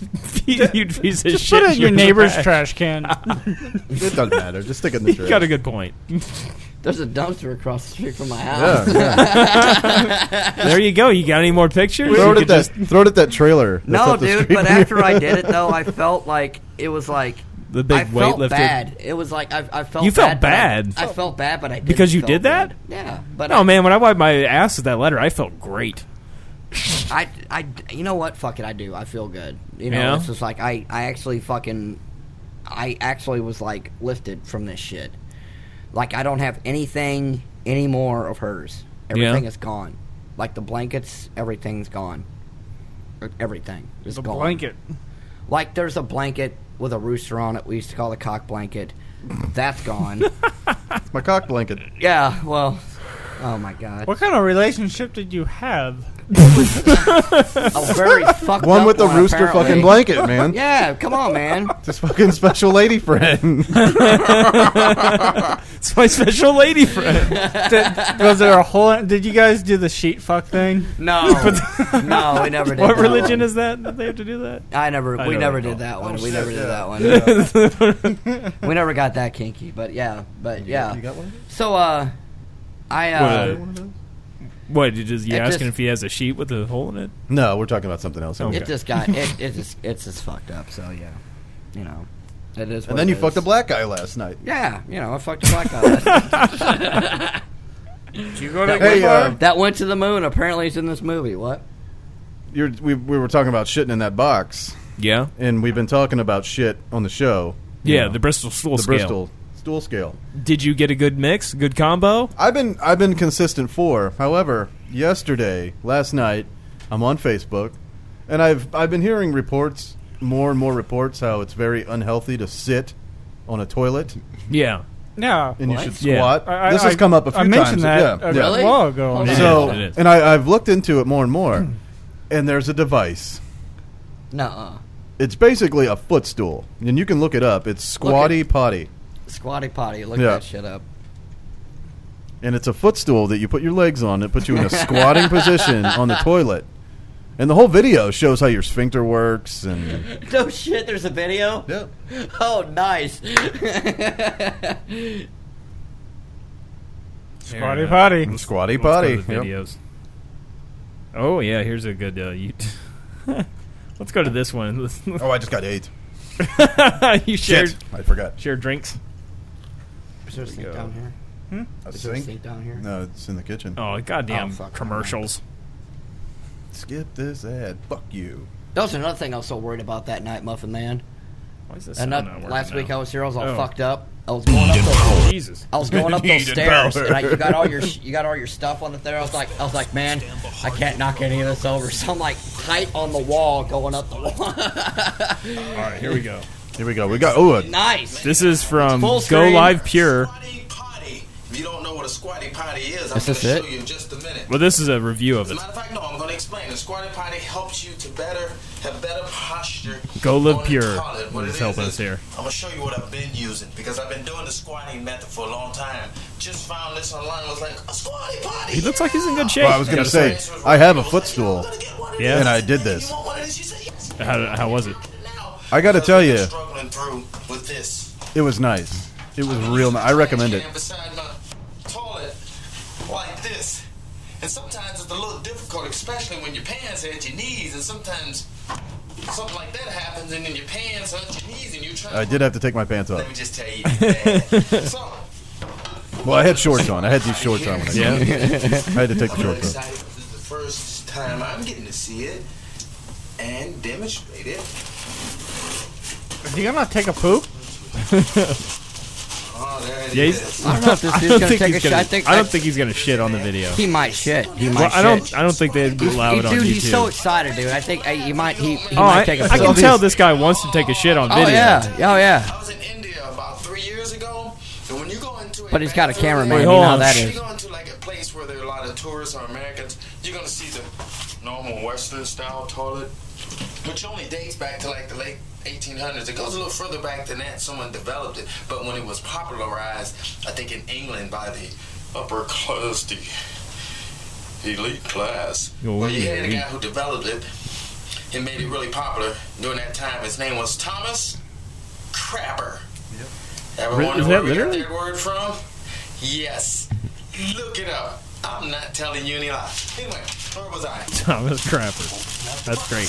huge piece of
just
shit.
put it in your
in
neighbor's
back.
trash can.
It doesn't matter. Just stick it in the
You got a
trash.
good point.
There's a dumpster across the street from my house.
Yeah, yeah.
There you go. You got any more pictures?
throw
You
it at
could
that. Throw it at that trailer. that's
No,
up the
dude.
street
But
from
after
here.
I did it, though, I felt like it was like
just- the big
I
weight
felt
lifted.
bad. It was like I, I felt.
You felt
bad.
bad?
but I, I felt bad, but I didn't
Because you
feel
did that?
good. Yeah, but
No
I,
man, when I wiped my ass with that letter, I felt great.
I, I, you know what? Fuck it, I do. I feel good. You know,
Yeah?
it's just like I, I actually fucking, I actually was like lifted from this shit. Like I don't have anything anymore of hers.
Yeah.
Everything is gone. Like the blankets, everything's gone. Everything is
the
gone.
blanket.
Like there's a blanket with a rooster on it. We used to call the cock blanket. That's gone.
It's my cock blanket.
yeah. Well. Oh my god.
What kind of relationship did you have?
A very fucked
One
up
with the
one,
rooster
apparently.
fucking blanket, man.
Yeah. Come on, man.
This fucking special lady friend.
It's my special lady friend.
Did- was there a whole? Did you guys do the sheet fuck thing?
No, no, we never did.
what
that
religion
one.
is that that they have to do that?
I never.
I
we
don't
never
recall.
did that one. we
shit,
never did
yeah.
that one. we never got that kinky, but yeah, but yeah.
You got one?
So, uh, I uh,
What, what you just you
It
asking
just-
if he has a sheet with a hole in it?
No, we're talking about something else.
Okay.
it just got it. It just it's just fucked up. So yeah, you know, it is.
And then you fucked a
up.
black guy last night.
Yeah, you know, I fucked a black guy.
Did you go to
Hey, uh,
that went to the moon. Apparently, it's in this movie. What?
you're, we, we were talking about shitting in that box,
Yeah,
and we've been talking about shit on the show. you
yeah.
know,
The Bristol stool
the
scale.
Bristol stool scale.
Did you get a good mix? Good combo?
I've been I've been consistent for. However, yesterday, last night, I'm on Facebook, and I've I've been hearing reports, more and more reports, how it's very unhealthy to sit on a toilet
Yeah.
no.
and you should
Yeah.
squat.
I- I-
this has
I-
come up a few
I mentioned
times.
that Uh,
yeah,
a
yeah.
Really?
while ago.
Hold on.
So,
It is.
and I, I've looked into it more and more, and there's a device.
Nuh-uh.
It's basically a footstool, and you can look it up. It's squatty potty,
Squatty potty. Look
Yeah.
that shit up.
and it's a footstool that you put your legs on. It puts you in a squatting position on the toilet, and the whole video shows how your sphincter works. And
No Oh, shit. There's a video.
yep.
Oh, nice.
Squatty
squatty
potty.
Let's go to
potty.
the
yep.
videos. Oh yeah, here's a good. Uh, you Let's go to this one.
Oh, I just got eight.
you shared
Shit, I forgot.
shared drinks.
Is there a sink down here?
A
Is there a
sink?
sink down here?
No, it's in the kitchen.
Oh goddamn
Oh, fuck.
commercials.
Skip this ad. Fuck you.
That was another thing I was so worried about that night, Muffin Man.
Why is this
And
sound
that-
not working
last week I
now?
was here, I was all
Oh.
fucked up. I was going up those,
Jesus.
I was going up those
Needed
stairs,
power.
and I, you got all your sh- you got all your stuff on the there. I was like, I was like, man, I can't knock any of this over. So I'm like tight on the wall going up the wall.
All right, here we go.
Here we go. We got. Oh, a-
nice.
This is from
Full
Go
screen.
Live Pure.
Squatty potty. If you don't know what a squatty potty is,
Is
I'm
this
going
it?
to show you in just a minute.
Well, this is a review of
As a
it.
matter of fact, no, I'm going to explain. The squatty potty helps you to better have better posture.
Go Live
on the
Pure
toilet. What
is
it
helping us here.
I'm going to show you what I've been using because I've been doing the squatting method for a long time. Just found this online. Was like a squatty potty.
He looks like he's in good shape.
Well, I was gonna
Gotta
say, I have a footstool,
Yeah.
and I did this.
How- how was it?
I gotta tell you.
Struggling through with this.
it was nice. It was real. Ni- I recommend it.
Beside my toilet, like this. And sometimes it's a little difficult, especially when your pants are at your knees, and sometimes something like that happens, and then your pants are at your knees, and you try.
I did have to take my pants off.
Let me just tell you. man. so,
Well, I had shorts on. I had these shorts on. When I,
Yeah.
I had to take the
I'm really
shorts off.
excited. This is the first time I'm getting to see it and demonstrate it.
Did you not take a poop?
Oh, there it
Yeah,
is.
he's, I
don't know if this
I
dude's
don't
gonna
think
take
he's
a
gonna.
shot. I think-
I
I-
don't think he's gonna shit on the video.
He might shit. He might
Well, I don't.
shit.
I don't think they'd allow it on
dude,
YouTube.
he's so excited, dude. I think uh, you might. He, he
oh,
might
I,
take a
I
pill.
can tell this guy wants to take a shit on
Oh
video.
yeah. Oh yeah.
I was in India about three years ago, and when you go into a
But he's got a
bathroom,
cameraman.
Wait,
You
hold
know how
on.
that
If
is.
you go into like a place where there are a lot of tourists or Americans, you're gonna see the normal Western style toilet, which only dates back to like the late 1800s. It goes a little further back than that. Someone developed it, but when it was popularized, I think in England by the upper class, the elite class.
Oh,
well, you
yeah,
had a
we-
guy who developed it and made it really popular during that time. His name was Thomas Crapper. Ever
Re-
wonder
is
where
that
we got
literally?
that word from? Yes. Look it up. I'm not telling you any lie. Anyway, where was I?
Thomas Crapper. That's great.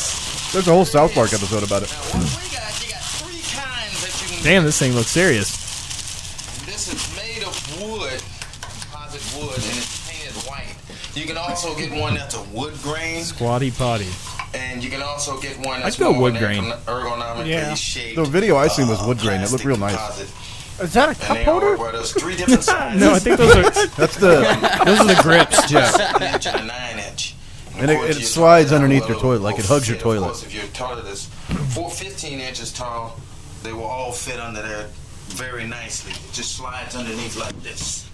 There's a whole South Park episode about it.
Now, what we got, you got three kinds that you can
Damn, this thing looks serious.
This is made of wood, composite wood, and it's painted white. You can also get one that's a wood grain,
Squatty potty.
and you can also get one that's
I'd go
more
wood
ergon-
grain.
ergonomically
Yeah.
shaped.
The video I seen was
uh,
wood grain. It looked real nice.
plastic composite.
Is that a
And
cup
they all work
holder?
well. There's three different sizes.
No, I think those are
That's the
those are the grips.
yeah.
seven inch and a nine inch.
And it-
Of course,
it
you-
slides underneath your
well,
toilet, like it hugs your
of
toilet.
course, if your toilet is four, 15 inches tall, they will all fit under there very nicely. It just slides underneath like this.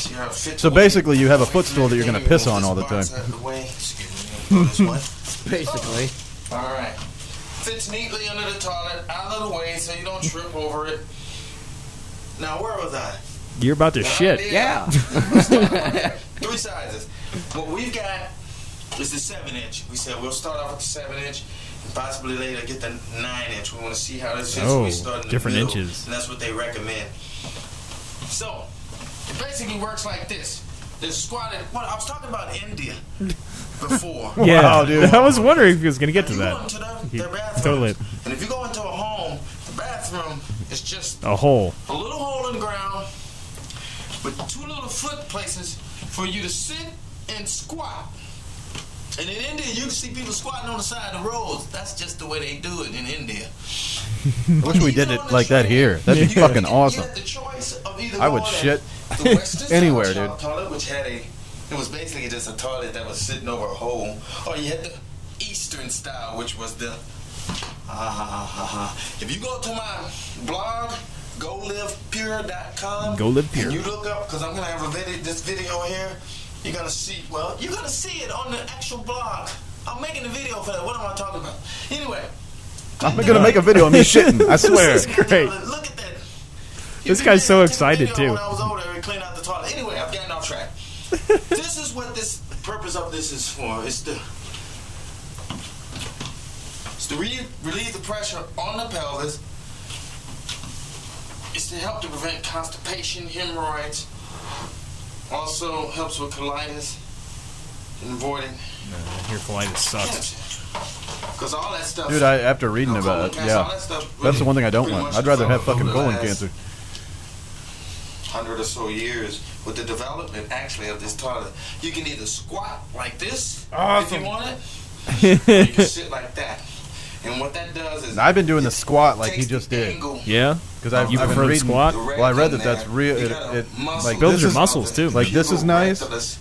See how it fits
So
away?
basically you have a footstool that you're gonna piss on all the
Move this
time.
box out of the way. Excuse me, I'm gonna go this way.
Basically.
All right. Fits neatly under the toilet, out of the way, so you don't trip over it. Now, where was I?
You're about to shit.
Yeah.
Three sizes. What we've got is the seven inch. We said we'll start off with the seven inch and possibly later get the nine inch. We want to see how this fits.
Oh,
we start in the
different
middle,
inches.
And that's what they recommend. So, it basically works like this. There's squatted. Well, I was talking about India before.
Yeah,
Wow, dude.
I was wondering if he was gonna get to
You go
that.
into the, their bathrooms,
Toilet.
And if you go into a home, the bathroom is just
A hole.
a little hole in the ground with two little foot places for you to sit and squat. And in India, you can see people squatting on the side of the roads. That's just the way they do it in India.
I wish we did it like that here. That'd be
You
fucking
had-
awesome.
You had the choice of either
I would
going at
shit
the Western
anywhere,
style
dude.
Toilet, which had a, it was basically just a toilet that was sitting over a hole, or you had the Eastern style, which was the. ah. If you go to my blog, golivepure.com,
Go live pure.
and you look up because I'm gonna have a video, this video here. You're gonna see. Well, you're gonna see it on the actual blog. I'm making a video for that. What am I talking about? Anyway,
I'm gonna make a video of me shitting. I swear.
This is great.
Look at that.
This guy's so excited, too.
When I was older, we cleaned out the toilet. Anyway, I've gotten off track. this is what this purpose of this is for. It's to it's to re- relieve the pressure on the pelvis. It's to help to prevent constipation, hemorrhoids. Also helps with colitis and avoiding
Your colitis sucks.
because all that stuff.
Dude, I after reading about it,
Colon cancer, all
yeah.
that stuff really
That's the one thing I don't
pretty
want.
much
I'd rather have
developed
fucking
over the
colon
last
cancer.
hundred or so years with the development actually of this toilet. You can either squat like this if
Awesome.
you want it, or you can sit like that. And what that does is
I've been doing the squat like
takes
he just
the
did
angle,
Yeah.
because I've,
You
I've been
prefer the
reading.
squat?
the
Well, I read that
rectum
that's
there.
real.
You
It,
got a
it
muscle
like
Builds
this
your
is-
muscles, too.
Like this is
pubic
nice,
rectus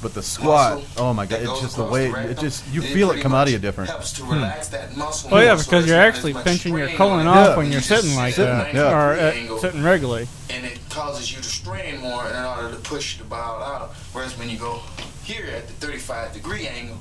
but the squat.
muscle
Oh my god,
that
it's
goes
just the
across
way.
rectum,
It just you
and it
feel it
pretty
come out of
much
you different.
helps to relax that muscle
Oh yeah,
more so
because
there's
you're
not as
actually
much
pinching your
strain
colon
on it.
off
Yeah.
when
You
you're
just
sitting
sit
like
at a
that,
90
or
degree
uh,
angle.
sitting regularly.
and it causes you to strain more in order to push the bowel out. Whereas when you go here at the 35 degree angle,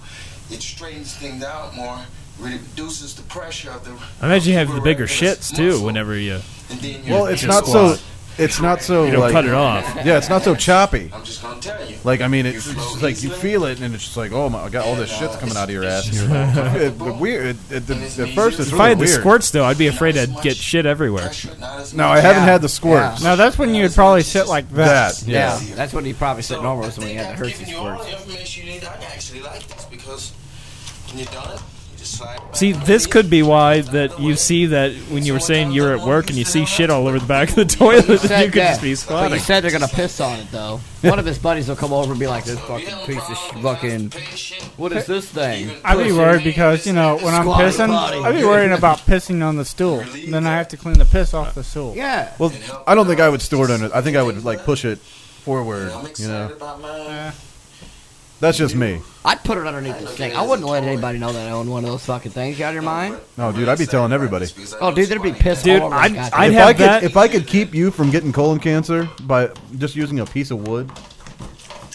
it straightens things out more, reduces the pressure of the.
I imagine you have the bigger
rectus
shits too.
muscle,
Whenever you
And then your-
Well, it's
your
not so.
squat.
It's not so
you don't
like
cut it off.
yeah, it's not so choppy.
I'm just gonna tell you.
Like I mean, it's
You
just
float
like you
easily.
feel it, and it's just like oh my, I got all this
And, uh,
shit's coming
it's-
out of your ass.
it's just
It-
uncomfortable.
but weird. It, it,
And it's
at first,
easy.
it's
If I
really
had the
weird.
squirts though, I'd be
Not
afraid
as
I'd
much
get shit everywhere.
pressure, not as
No,
much
I haven't
Yeah.
had the squirts.
Now that's when you'd probably sit like that.
That
Yeah.
yes.
That's what he probably said normal was when he
think
had the
I've
Hershey
given you all
squirts.
the information you need. I actually like this because when you're done, you just
See, this could be why that you see that when you were saying you were at work and you see shit all over the back of the toilet, you
said
could just be
that, But you
squatting.
said they're gonna piss on it though. One of his buddies will come over and be like, "This fucking piece of sh- fucking what is this thing?"
I'd be
Pussy.
worried because you know when I'm
Squatty
pissing,
potty.
I'd be worrying about pissing on the stool. Then I have to clean the piss off the stool.
Yeah.
Well, I don't think I would store it under. I think I would like push it forward.
I'm
You
excited
know,
about mine.
that's just me.
I'd put it underneath this thing. I wouldn't let anybody know that I own one of those fucking things. You out of your mind?
No, dude, I'd be telling everybody.
Because I
Oh,
know
dude, there'd be
somebody-
piss
Dude,
all over
I'd-
my
I'd
goddamn-
if
have
I could,
that-
if I could keep you from getting colon cancer by just using a piece of wood,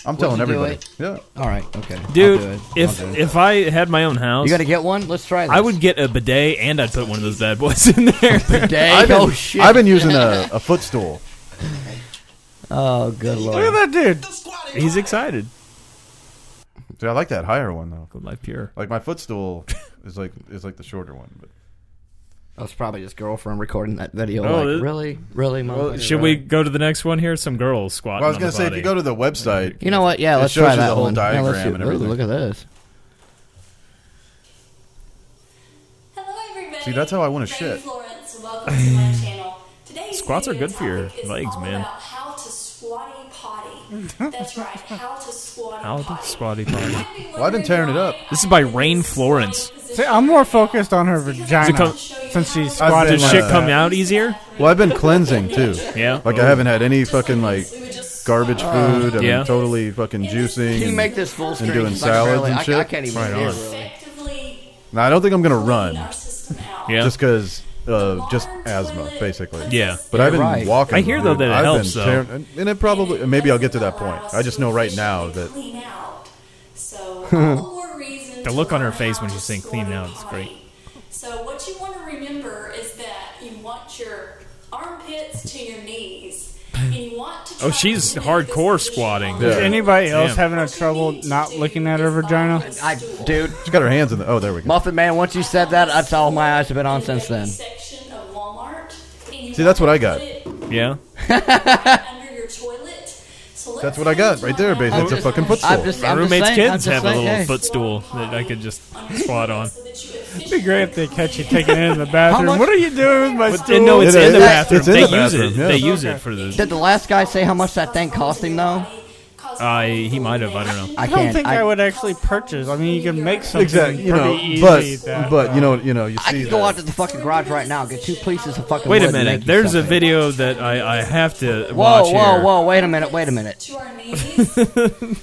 I'm telling
you do
everybody.
it?
Yeah,
All right, okay, I'll do
Dude,
it.
if
I'll do it.
if I had my own house,
you gotta get one, let's try this.
I would get a bidet and I'd put one of those bad boys in there.
Dang,
I've been,
oh shit!
I've been using a, a footstool.
oh good
Look at
lord!
that dude.
He's excited.
Dude, I like that higher one though.
Good life pure.
Like my footstool is like is like the shorter one. But
That's probably his girlfriend recording that video.
Oh,
like,
this-
really, really, motherfucker,
Should
really?
we go to the next one here? Some girls squatting.
well, I was
on
gonna
the
say if
body.
you go to the website,
You know what? Yeah,
It
let's
shows
try
you
that
the whole
one. Yeah, let's
diagram
do-
and
ooh,
everything.
Look at this.
Hello, everybody.
See, that's how I wanna
Thank
shit.
you, Florence. Welcome to my channel. Today's
Squats are
video
good for your
topic is
legs,
all
man.
About how to squatty potty. That's right. How to squatty
How the
potty.
squatty potty.
Well, I've been tearing it up.
This is by Rain Florence.
See, I'm more focused on her vagina
come-
since she's
I've
squatted.
been,
Does
uh,
shit come out easier?
well, I've been cleansing too.
Yeah.
Like I haven't had any fucking like garbage
Uh,
food. I've
Yeah.
been totally fucking juicing.
Can you
and-
make this full screen?
doing
'Cause I
salads
barely-
and
I- I
shit?
can't even
Right
see it,
on.
really.
Effectively
No, I don't think I'm gonna
clean
run
our system out.
Yeah.
just because uh,
Modern
just
toilet
asthma, basically.
Yeah.
But I've been
right.
walking.
I hear, though,
dude.
that it
I've
helps,
been
though.
tearing- and- and it probably maybe I'll get to that point. I just know right now that
Clean out. So all the more reason
The
to
look on her
learn
face
how
when
to
she's saying clean
squatty
out is great.
potty. So what you want to remember is that you want your armpits to your knees. And you want to
Oh,
try
she's
to mimic this
hardcore
position
squatting.
on
Yeah.
Is anybody else
Damn.
having a trouble not looking at her vagina?
I, dude,
she's got her hands in the. Oh, there we go.
Muffin Man. Once you said that, that's all my eyes have been on since then.
Section of Walmart. And you
See, that's what I
want
got.
to put it
Yeah.
under your toilet. So let's
That's what I got right there,
baby.
basically. It's a fucking footstool.
I'm just,
My
I'm
roommate's
just saying, I'm
kids
just
have a
saying,
little
hey.
footstool that I could just squat on.
It'd
It'd be great if they catch you taking it in the bathroom.
much-
What are you doing with my
But
stool?
they know it's
It
in the
is.
bathroom.
It's in
they
the
use
bathroom,
it.
yeah.
They use it for the.
Did the last guy say how much that thing cost him though?
I Uh, he might have. I don't know.
I
I don't
can't.
think I, would actually purchase. I mean, you can make something
Exactly. You know,
pretty easy.
but
that,
but you know you know you see
I could go
that.
out to the fucking garage right now, get two pieces of fucking.
Wait
wood
a
and
minute.
make you
There's a
something.
video that I, I have to
Whoa,
watch
whoa,
here.
whoa! Wait a minute! Wait a minute!
To our knees. And we wanna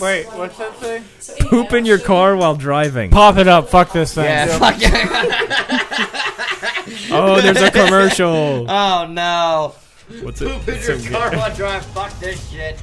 Wait,
squat
what's that
up.
thing?
So in
Poop in your car while driving.
Pop it up. Fuck this thing.
Yeah, fuck yeah.
Oh, there's a commercial.
Oh no!
What's it? It's
Your
so
car
good.
while drive. Fuck this shit.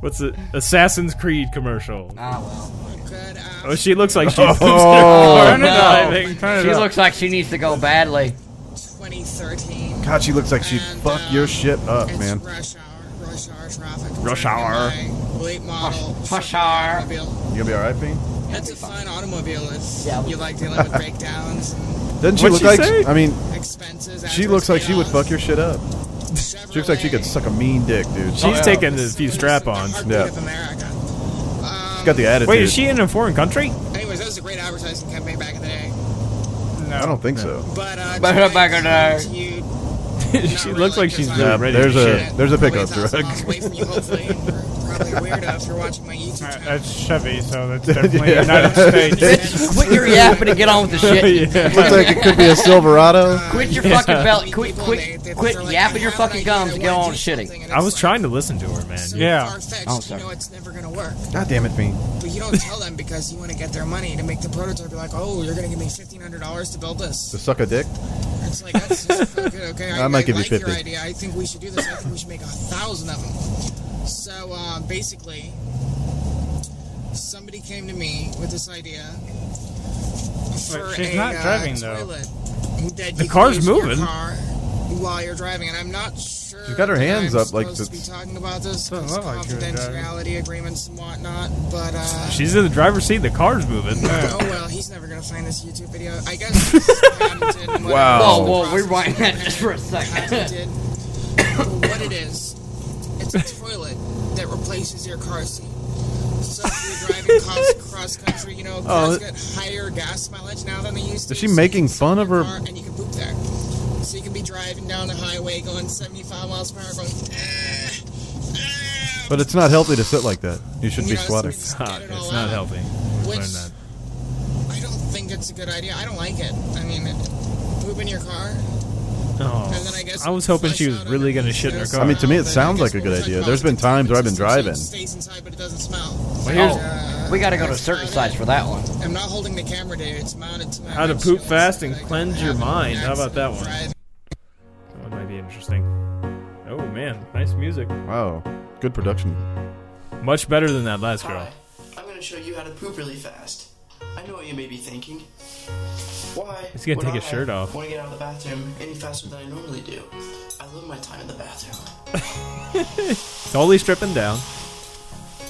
What's it? Assassin's Creed commercial.
Ah well.
Oh, she looks like she's
Oh,
Turn it up.
no.
Turn it
She
up.
looks like she needs to go badly.
2013.
God, she looks like she
And,
fuck
uh,
your shit up,
it's
man.
rush hour, rush hour traffic.
Rush hour.
Late model.
Hush her.
automobile.
You gonna be all right, Fiend?
It's a fun automobile. If
Yeah.
you like dealing with breakdowns and
Doesn't she
What'd
look
she
like?
say?
I mean,
expenses.
she
after
looks like she would
payoff.
fuck your shit up.
Chevrolet,
She looks like she could suck a mean dick, dude. She's
she's taking a few
the
strap-ons.
heartbeat
Yeah.
of America. Um,
got the attitude.
Wait, is she in a foreign country?
Anyways, that was a great advertising campaign back in the day.
I don't think so.
But uh,
Back in the back of the
to you,
she looks like she's really
Yeah,
ready.
there's
to
a
shit.
there's a pickup
Probably a thousand
truck.
miles away from you, hopefully. and You're probably a weirdo if you're watching my YouTube
Alright,
channel.
that's Uh, Chevy, so that's definitely United States.
Quit your yapping and get on with the shit.
Looks like it could be a Silverado.
Quit your fucking belt. Quit, quit, quit yapping your fucking gums and get on with shitting.
I was trying to listen to her, man.
Yeah.
Oh,
Oh,
sorry.
You know it's never gonna work,
God damn it, Fiend.
but you don't tell them because you want to get their money to make the prototype. You're like, oh, you're gonna give me fifteen hundred dollars to build this.
To suck a dick?
It's like that's just fucking okay. I,
I might give you
like
50.
Your idea. I think we should do this. I think we should make a thousand of them. So uh, basically, somebody came to me with this idea for
she's
a,
not
uh,
driving, though.
toilet That
The
you
car's
can use in your
moving.
car while you're driving, and I'm not sure.
She's got her
that
hands
I'm
up like
supposed
it's-
to be talking about this
Doesn't
'cause
look like she was driving.
confidentiality agreements and whatnot, but uh,
She's in the driver's seat. The car's moving.
oh well, he's never gonna find this YouTube video. I guess. this is patented and
Wow.
whatever.
Whoa, whoa, rewind that just for a second.
patented for what it is. It's a toilet that replaces your car seat. So if you're driving cross, cross country, you know, cars
Oh.
get higher gas mileage now than they used to.
Is she
so you
making
can sit in
fun of
your
her?
car And you can poop there. So you can be driving down the highway going 75 miles per hour, going. "Eh, eh,"
But it's not healthy to sit like that. You should
you
be
know, so
squatting.
it's
Huh,
get it all
it's not
out,
helping.
Which
Learn that.
I don't think it's a good idea. I don't like it. I mean, poop in your car. And then I
Oh,
guess
I was hoping she was
flush out
really going to
everything
shit in her
else.
car.
I mean, to me, it
But I
sounds
guess
like a
what
good
we're talking
idea.
about
There's
is
been
the
times where I've been
consistency
driving.
Stays inside, but it doesn't smell. uh,
here's-
We got to go to certain sites for that one.
I'm not holding the camera there. It's mounted to my.
How to
windshield
poop fast
so
and
that I can
cleanse your
have an
mind. How about that
accident
one?
drive.
that one might be interesting. Oh man, nice music.
Wow, good production.
Much better than that last girl.
Hi, I'm going to show you how to poop really fast. I know what you may be thinking. Why?
He's gonna
would
take
I
his shirt off.
Want to get out of the bathroom any faster than I normally do? I love my time in the bathroom.
Totally stripping down.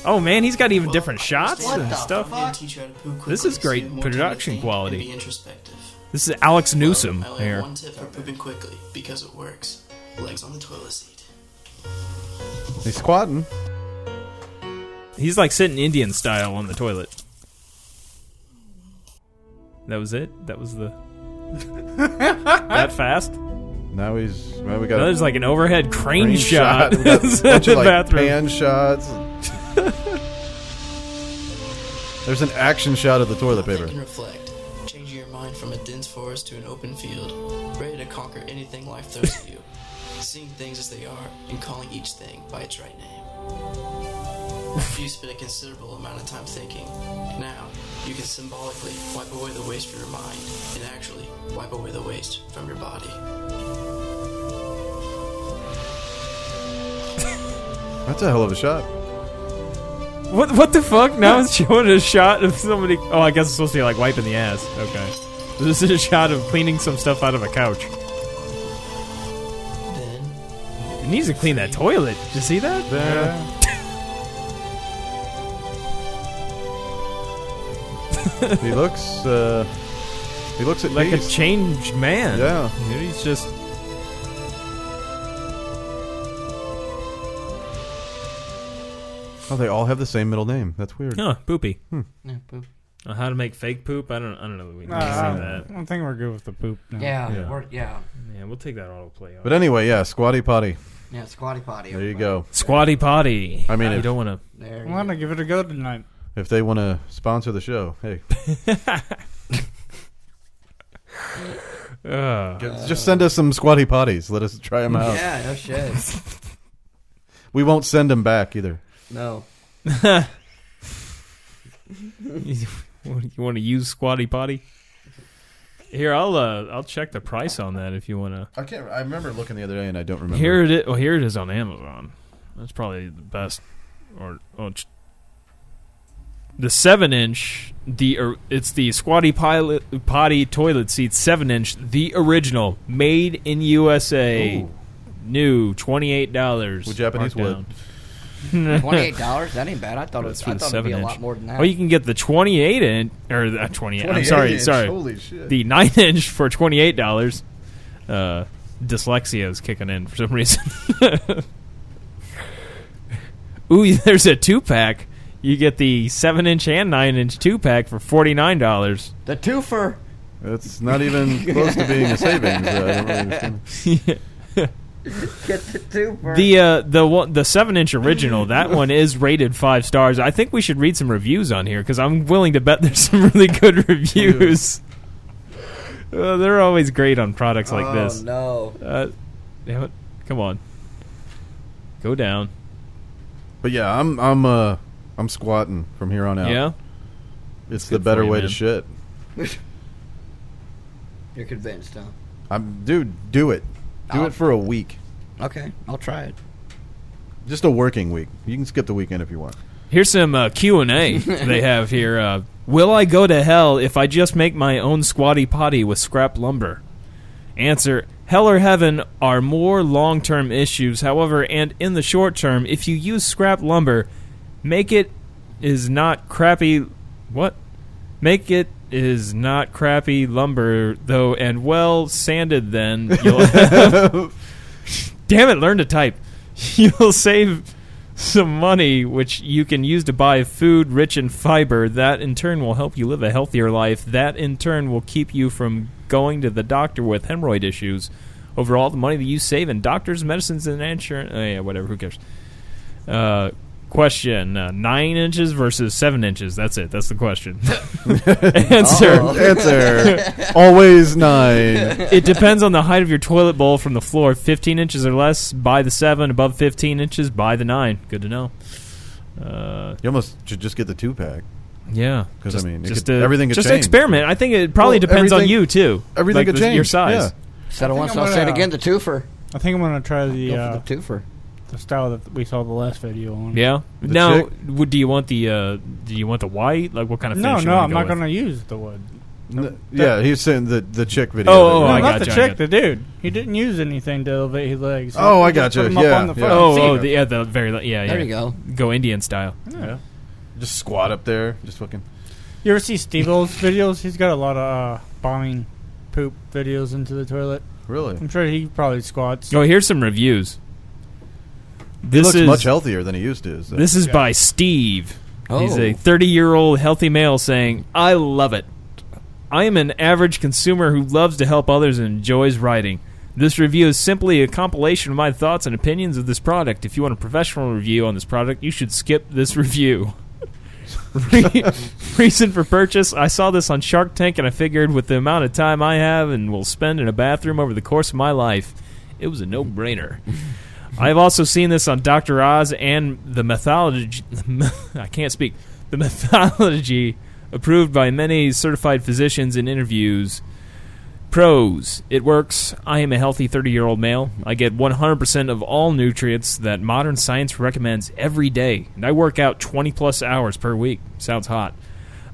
Oh man, he's got even different shots
What
and
the
stuff.
I'm going to teach you how to poop quickly.
This is
so you
great
have more time to
production
think
quality.
And be introspective.
This is Alex Newsom
I only have
here.
one tip for pooping quickly because it works. Legs on the toilet seat.
He's squatting.
He's like sitting Indian style on the toilet. That was it. That was the that fast.
Now he's. Well, we got
That was like an overhead crane,
crane
shot.
We got a bunch
the
of like
bathroom.
pan shots. There's an action shot of the toilet
Think and
paper.
reflect, changing your mind from a dense forest to an open field, ready to conquer anything life throws at you. Seeing things as they are and calling each thing by its right name. You spend a considerable amount of time thinking. Now, you can symbolically wipe away the waste from your mind and actually wipe away the waste from your body.
That's a hell of a shot.
What what the fuck? Now it's showing a shot of somebody. Oh, I guess it's supposed to be like wiping the ass. Okay. This is a shot of cleaning some stuff out of a couch.
Then,
It needs to clean that toilet. Did you see that?
he looks. Uh, he looks at
Like a
peace.
changed man.
Yeah.
Dude, He's just.
oh, they all have the same middle name. That's weird.
Oh, poopy.
Yeah, poop.
Uh, how to make fake poop? I don't. I don't know. that We can
Nah,
see
Uh, I
that.
don't think we're good with the poop. No.
Yeah,
Yeah.
We're, yeah,
Yeah, we'll take that autoplay. Off.
But anyway, yeah, squatty potty.
yeah. Squatty potty.
There you
everybody.
go.
Squatty potty.
I mean,
you
if-
don't want to.
There
I
you
want to give it a go tonight.
If they want to sponsor the show, hey, Ah.
Uh,
just send us some squatty potties. Let us try them
go.
out.
Yeah, no shit.
We won't send them back either.
No.
you want to use squatty potty? Here, I'll. Uh, I'll check the price on that if you want to.
I can't. I remember looking the other day, and I don't remember.
Here it is. Well, here it is on Amazon. That's probably the best. Or oh, it's- the seven inch. The or, it's the squatty pilot, potty toilet seat seven inch. The original, made in USA,
Ooh.
new twenty eight dollars.
With Japanese wood.
Twenty-eight dollars. That ain't bad. I thought it was.
That's for
I
the
thought it'd be
seven
a
inch.
lot more than that.
Well, you can get the twenty eight inch or the uh, twenty eight. I'm sorry,
28 -inch.
sorry.
Holy shit.
The nine inch for twenty eight dollars. Uh, dyslexia is kicking in for some reason. Ooh, there's a two pack. You get the seven inch and nine inch two pack for forty nine dollars.
the twofer.
It's not even close to being a savings. uh, I don't really understand.
Get the twofer.
The uh, the one, the seven inch original that one is rated five stars. I think we should read some reviews on here because I'm willing to bet there's some really good reviews. Uh, they're always great on products like
oh,
this.
no.
Uh, damn it! Come on, go down.
But yeah, I'm I'm uh I'm squatting from here on out.
Yeah,
it's the
good
better
for you,
way to
man.
shit.
You're convinced, huh?
I'm dude, do it, do
I'll-
it for a week,
Okay, I'll try it.
just a working week. You can skip the weekend if you want.
here's some uh, Q and A they have here. Uh, Will I go to hell if I just make my own squatty potty with scrap lumber? Answer: Hell or heaven are more long-term issues. However, and in the short term, if you use scrap lumber, make it is not crappy. What? Make it is not crappy lumber though, and well sanded. Then you'll. Damn it! Learn to type. You'll save some money, which you can use to buy food rich in fiber. That in turn will help you live a healthier life. That in turn will keep you from going to the doctor with hemorrhoid issues. Overall, the money that you save in doctors, medicines, and insurance. Oh, yeah, whatever. Who cares? Uh, question uh, Nine inches versus seven inches. That's it. That's the question. Answer.
Oh. Answer. Always nine.
It depends on the height of your toilet bowl from the floor. 15 inches or less, buy the 7. Above 15 inches, buy the 9. Good to know. Uh,
You almost should just get the two pack.
yeah.
'Cause, I
Just-
mean, it
just
could-
uh,
everything could
Just
change.
experiment. I think it probably
Well,
depends on
everything-
you, too.
everything
Like
could
the- Your
change,
size.
Said it
think
once,
I'm
I'll say it
gonna-
again. The twofer.
I think I'm gonna try the uh,
Go for the twofer.
the style that we saw the last video on.
Yeah.
The
now,
chick-
would, do you want the uh, do you want the white? Like what kind of
No,
finish you
no,
wanna
I'm
go
not
with?
gonna use the wood.
N- yeah, he's saying the the chick video.
Oh,
that
oh,
we
no,
I
did.
not
gotcha,
the
I
chick,
gotcha.
the dude. He didn't use anything to elevate his legs.
Oh, I
He just
gotcha.
put 'em up
Yeah,
on the
yeah.
fucking
Oh, oh,
seat.
the, yeah, the very yeah, yeah.
There you go.
Go Indian style.
just squat up there, just fucking.
You ever see Steve O's videos? He's got a lot of uh, bombing poop videos into the toilet.
Really,
I'm sure he probably squats.
Oh, here's some reviews.
he
This
looks
is
much healthier than he used to. So.
this is by Steve. He's a
Oh.
30 year old healthy male saying, I love it. I am an average consumer who loves to help others and enjoys writing. This review is simply a compilation of my thoughts and opinions of this product. If you want a professional review on this product, you should skip this review. Re- Reason for purchase I saw this on Shark Tank, and I figured with the amount of time I have and will spend in a bathroom over the course of my life, it was a no brainer. I've also seen this on Doctor Oz and the methodology. I can't speak. The methodology approved by many certified physicians in interviews. Pros: It works. I am a healthy 30-year-old male. I get 100% of all nutrients that modern science recommends every day, and I work out 20 plus hours per week. Sounds hot.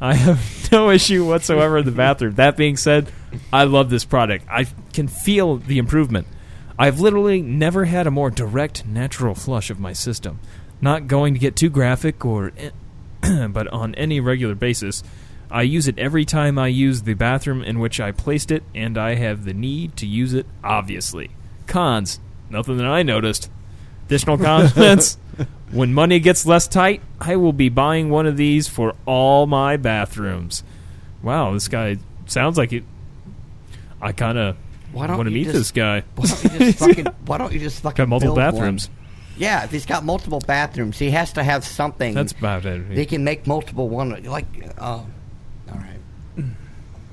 I have no issue whatsoever in the bathroom. That being said, I love this product. I can feel the improvement. I've literally never had a more direct, natural flush of my system. Not going to get too graphic or eh, but on any regular basis. I use it every time I use the bathroom in which I placed it, and I have the need to use it, obviously. Cons nothing that I noticed. Additional comments when money gets less tight, I will be buying one of these for all my bathrooms. Wow, this guy sounds like it. I kind of
Why don't
want to
you
meet this
just-
guy.
Why don't you just fucking? Why don't you just fucking?
Got multiple
build one?
bathrooms.
Yeah, if he's got multiple bathrooms, he has to have something.
That's about it.
They can make multiple one. Like, oh, all right.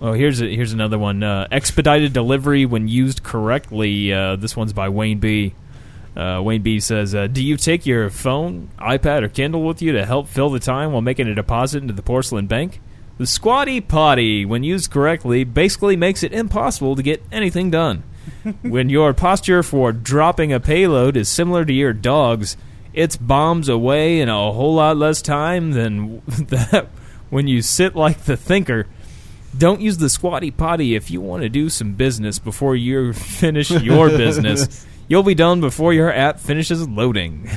Oh, here's a, here's another one. Uh, expedited delivery when used correctly. Uh, this one's by Wayne B. Uh, Wayne B says, uh, "Do you take your phone, iPad, or Kindle with you to help fill the time while making a deposit into the porcelain bank? The squatty potty, when used correctly, basically makes it impossible to get anything done. when your posture for dropping a payload is similar to your dog's, it's bombs away in a whole lot less time than that when you sit like the thinker." Don't use the squatty potty if you want to do some business before you finish your business. You'll be done before your app finishes loading.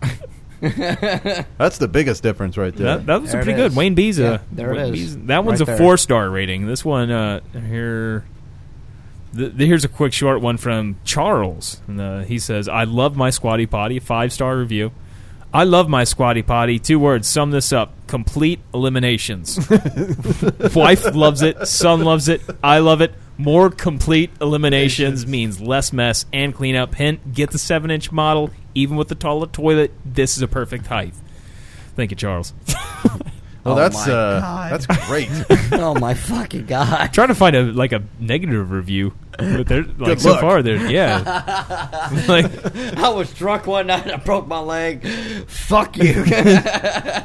That's the biggest difference right there.
That, that was
There it
pretty good.
is.
Wayne B's a
Yeah, there it
Wayne
is.
B's- that one's
Right
a
there.
four star rating. This one uh, here. th th- here's a quick short one from Charles. And, uh, he says, "I love my squatty potty." Five star review. I love my squatty potty. Two words sum this up: complete eliminations. Wife loves it. Son loves it. I love it. More complete eliminations means less mess and cleanup. Hint: get the seven-inch model. Even with the taller toilet, this is a perfect height. Thank you, Charles.
well,
Oh
that's
my
uh,
God.
that's great.
oh my fucking god!
trying to find a like a negative review, but they're like
Good
so
luck.
far they're yeah. like
I was drunk one night. I broke my leg. Fuck you.
that's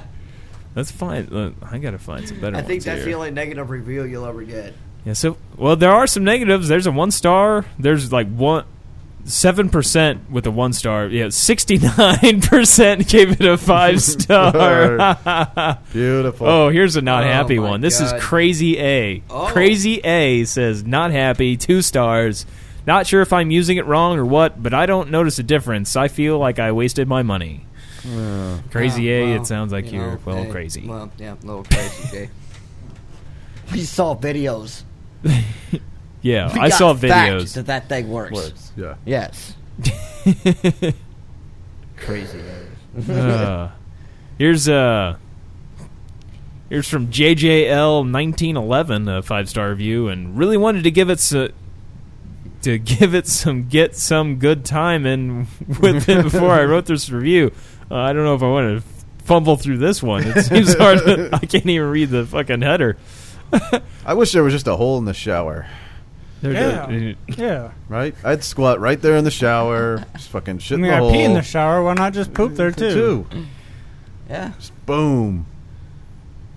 fine. Look, I gotta find some better.
I think
ones
that's
here.
the only negative review you'll ever get.
Yeah. So well, there are some negatives. There's a one star. There's like one. Seven percent with a one star. Yeah, sixty nine percent gave it a five star.
Beautiful.
oh, here's a not
Oh
happy
my
one. This
God.
is crazy A.
Oh.
Crazy A says not happy. Two stars. Not sure if I'm using it wrong or what, but I don't notice a difference. I feel like I wasted my money. Crazy
Uh,
A.
Yeah, Oh, well,
it sounds like
you
you are
know,
well
hey,
crazy.
Well, yeah, a little crazy. Okay. we saw videos.
yeah,
We
I
got
saw
fact
videos.
that that thing works.
Words, yeah.
Yes. crazy.
Uh, here's uh here's from JJL1911, a five star review, and really wanted to give it so, to give it some get some good time in with it before I wrote this review. Uh, I don't know if I want to fumble through this one. It seems hard. to- I can't even read the fucking header.
I wish there was just a hole in the shower,
Yeah. Yeah.
right? I'd squat right there in the shower, just fucking
I
shit
mean,
the
I
hole.
pee in the shower. Why not just poop there too?
Oh. too.
Yeah.
Just boom,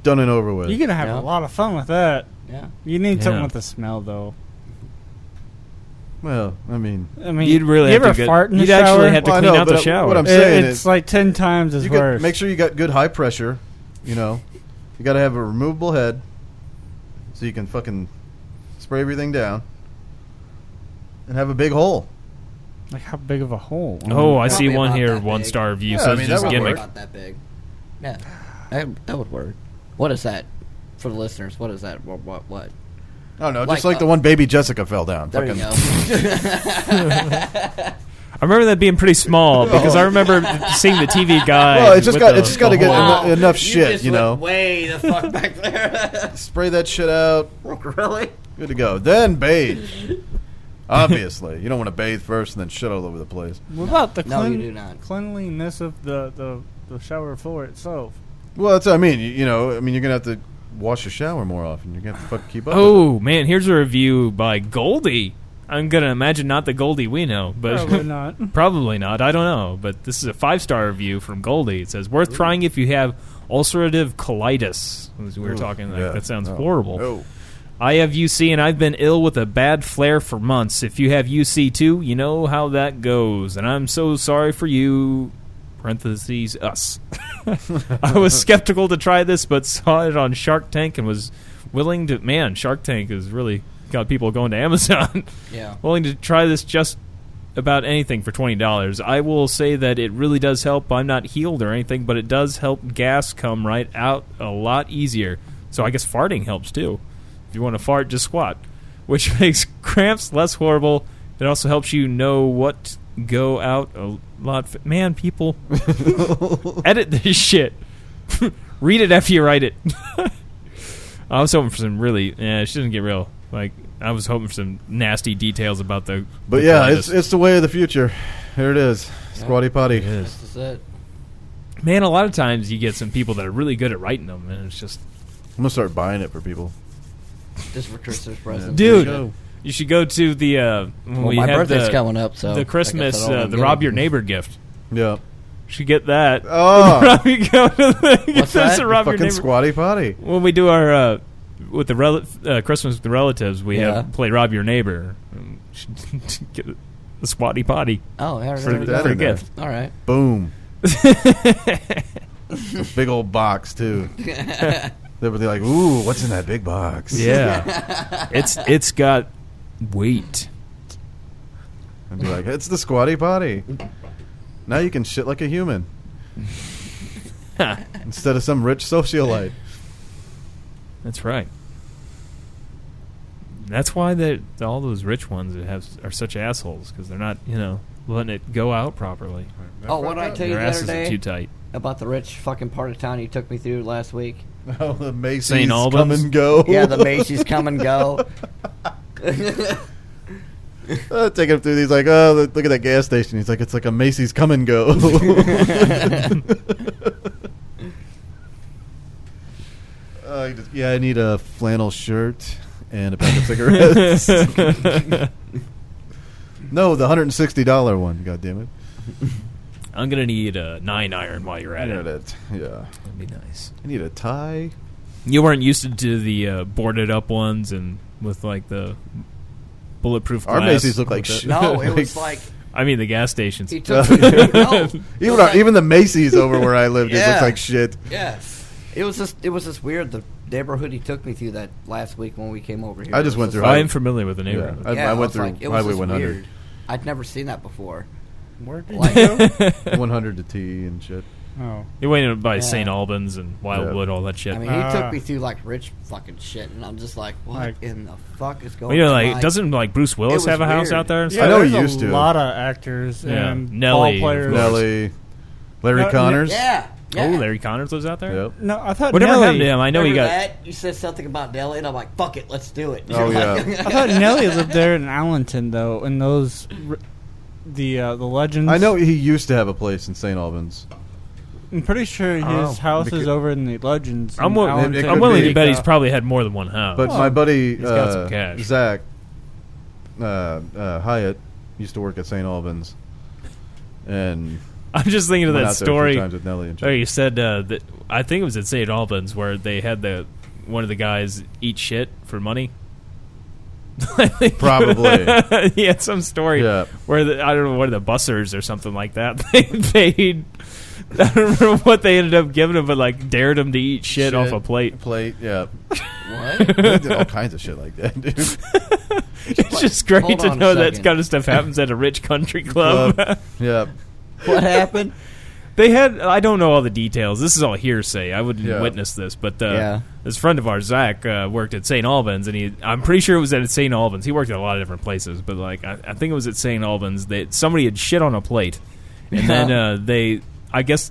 done and over with.
You're gonna have
Yeah.
a lot of fun with that.
Yeah.
You need something
Yeah.
with a smell though.
well, I mean,
I mean,
You'd really
you
have
ever
to get-
fart in the
you'd actually
shower?
have to
Well, I
clean
know,
out the
but
shower.
what I'm
Oh, It-
saying
it's
is-
like ten times as
you got,
worse.
make sure you got good high pressure. You know, you got to have a removable head so you can fucking spray everything down, and have a big hole.
like how big of a hole?
oh, I see
Probably
one
about
here,
that
one
big.
star review.
Yeah,
so
I
it's
mean,
just
that would
gimmick.
work.
Not that big. Yeah. That, that would work. What is that? For the listeners, what is that? What? What? what?
I don't know, just
Like
like the
a-
one baby Jessica fell down.
There you
fucking
go.
I remember that being pretty small because I remember seeing the TV guide.
Oh. Well, it's just
with
got-
the-
it's just gotta
the
get
whole-
eno- enough shit,
Oh. just
you
went
know.
Way the fuck back there.
Spray that shit out.
really?
Good to go. Then bathe. Obviously, you don't want to bathe first and then shit all over the place.
What about the
No, you
clean-
do not.
cleanliness of the, the, the shower floor itself?
Well, that's what I mean. You, you know, I mean, you're gonna have to wash your shower more often. You're gonna have to fucking keep up. with
Oh man, here's a review by Goldie. I'm gonna imagine not the Goldie we know, but
Probably not.
Probably not. I don't know. But this is a five star review from Goldie. It says worth trying if you have ulcerative colitis. As we were
Ooh,
talking, like,
yeah.
that sounds
No.
horrible.
it. Oh,
I have UC and I've been ill with a bad flare for months. If you have UC too, you know how that goes. And I'm so sorry for you. Parentheses us. I was skeptical to try this, but saw it on Shark Tank and was willing to. Man, Shark Tank has really got people going to Amazon.
Yeah.
willing to try this just about anything for twenty dollars. I will say that it really does help. I'm not healed or anything, but it does help gas come right out a lot easier. So I guess farting helps too. If you want to fart, just squat, which makes cramps less horrible. It also helps you know what to go out a lot. Fa- Man, people, edit this shit. Read it after you write it. I was hoping for some really. Yeah, she doesn't get real. Like I was hoping for some nasty details about the.
but
the
yeah,
colitis.
it's it's the way of the future. Here it is, squatty potty.
This is it.
man. A lot of times you get some people that are really good at writing them, and it's just,
I'm gonna start buying it for people.
Just for Christmas presents.
dude, you should go to the. Uh, when
Well,
we
my
have
birthday's
the,
coming up, so I
the
guess I
Christmas,
don't
uh,
even
the
get
rob
it.
your neighbor gift.
Yeah.
You should get that.
Oh,
Rob- you go to the, get
What's
this
that?
rob your
fucking
neighbor.
squatty potty.
when we do our uh, with the rel- uh, Christmas with the relatives, we
Yeah.
have play rob your neighbor. Um, get a, a squatty potty
Oh, there,
for,
there we
that
for
go.
a
in there.
gift.
All right.
Boom. A big old box too. They're like, ooh, what's in that big box?
Yeah, it's it's got weight.
And be like, it's the squatty potty. Now you can shit like a human. Instead of some rich socialite.
That's right. That's why that all those rich ones that have are such assholes because they're not you know letting it go out properly.
Oh, what did I tell you
Their
the other
asses are too
day
tight.
about the rich fucking part of town you took me through last week?
Oh, the Macy's
St.
come
Albans?
and go.
Yeah, the Macy's come and go.
Uh, Taking him through these, like, oh, look, look at that gas station. He's like, it's like a Macy's come and go. Uh, he just- yeah, I need a flannel shirt and a pack of cigarettes. no, the hundred and sixty dollar one. God damn it!
I'm gonna need a nine iron while you're at it.
it. Yeah,
That'd be nice.
I need a tie.
You weren't used to, to the uh, boarded up ones and with like the bulletproof.
Our
glass
Macy's look like
with the-
shit.
No, it was like
I mean the gas stations.
he took me. No,
Even our, even the Macy's over where I lived, it
Yeah.
looks like shit.
yeah. It was just it was just weird the neighborhood he took me through that last week when we came over here.
I just
It
went
was
through
like-
I am familiar with the neighborhood.
I- I
it
went
was
through
like, it was
Highway
just
100.
weird. I'd never seen that before.
Where did
Like-
you go?
One hundred to tea and shit.
Oh,
You went in by
Yeah.
St. Albans and Wildwood, all that shit.
I mean, he took me through like rich fucking shit, and I'm just like, what
Like-
in the fuck is
Well,
going?
you know,
on?
like doesn't like Bruce Willis
was
have a house
weird.
out there? and
yeah,
stuff?
know
there's
he used
a
to.
lot of actors
Yeah.
and
Nelly,
ball players.
of course.
Nelly, Larry
No,
Connors.
Yeah. yeah.
Oh, Larry Connors lives out there.
Yep.
No, I thought
Whatever
Nelly.
happened to him? I know he
Remember
got.
that? You said something about Nelly, and I'm like, fuck it, let's do it.
Oh,
Like-
I thought Nelly lived there in Allenton though, and those r- the uh, the legends.
I know he used to have a place in St. Albans.
I'm pretty sure his
Oh.
house
Because-
is over in the legends.
I'm,
in
wi-
It- it
Allenton.
I'm
could
willing
be.
to bet he's probably had more than one house.
But my buddy
Oh. he's got
uh,
some cash.
Zach uh, uh, Hyatt used to work at St. Albans, and
I'm just thinking of
went
that
out there a few
story.
times with Nelly and
Oh, you said uh, that I think it was at St. Albans where they had the one of the guys eat shit for money. I think-
Probably.
he had some story
Yeah.
where the, I don't know one of the bussers or something like that. They paid. I don't remember what they ended up giving him, but like dared him to eat shit, off a plate.
Plate, yeah.
What?
They did all kinds of shit like that, dude.
It's just great
Hold
to
on a
know that
second.
kind of stuff happens at a rich country club.
Club. yeah.
what happened?
They had I don't know all the details. This is all hearsay. I wouldn't
Yeah.
witness this, but uh,
Yeah.
this friend of ours, Zach, uh, worked at St. Albans, and he I'm pretty sure it was at St. Albans. He worked at a lot of different places, but like I, I think it was at St. Albans that somebody had shit on a plate, and then uh, they I guess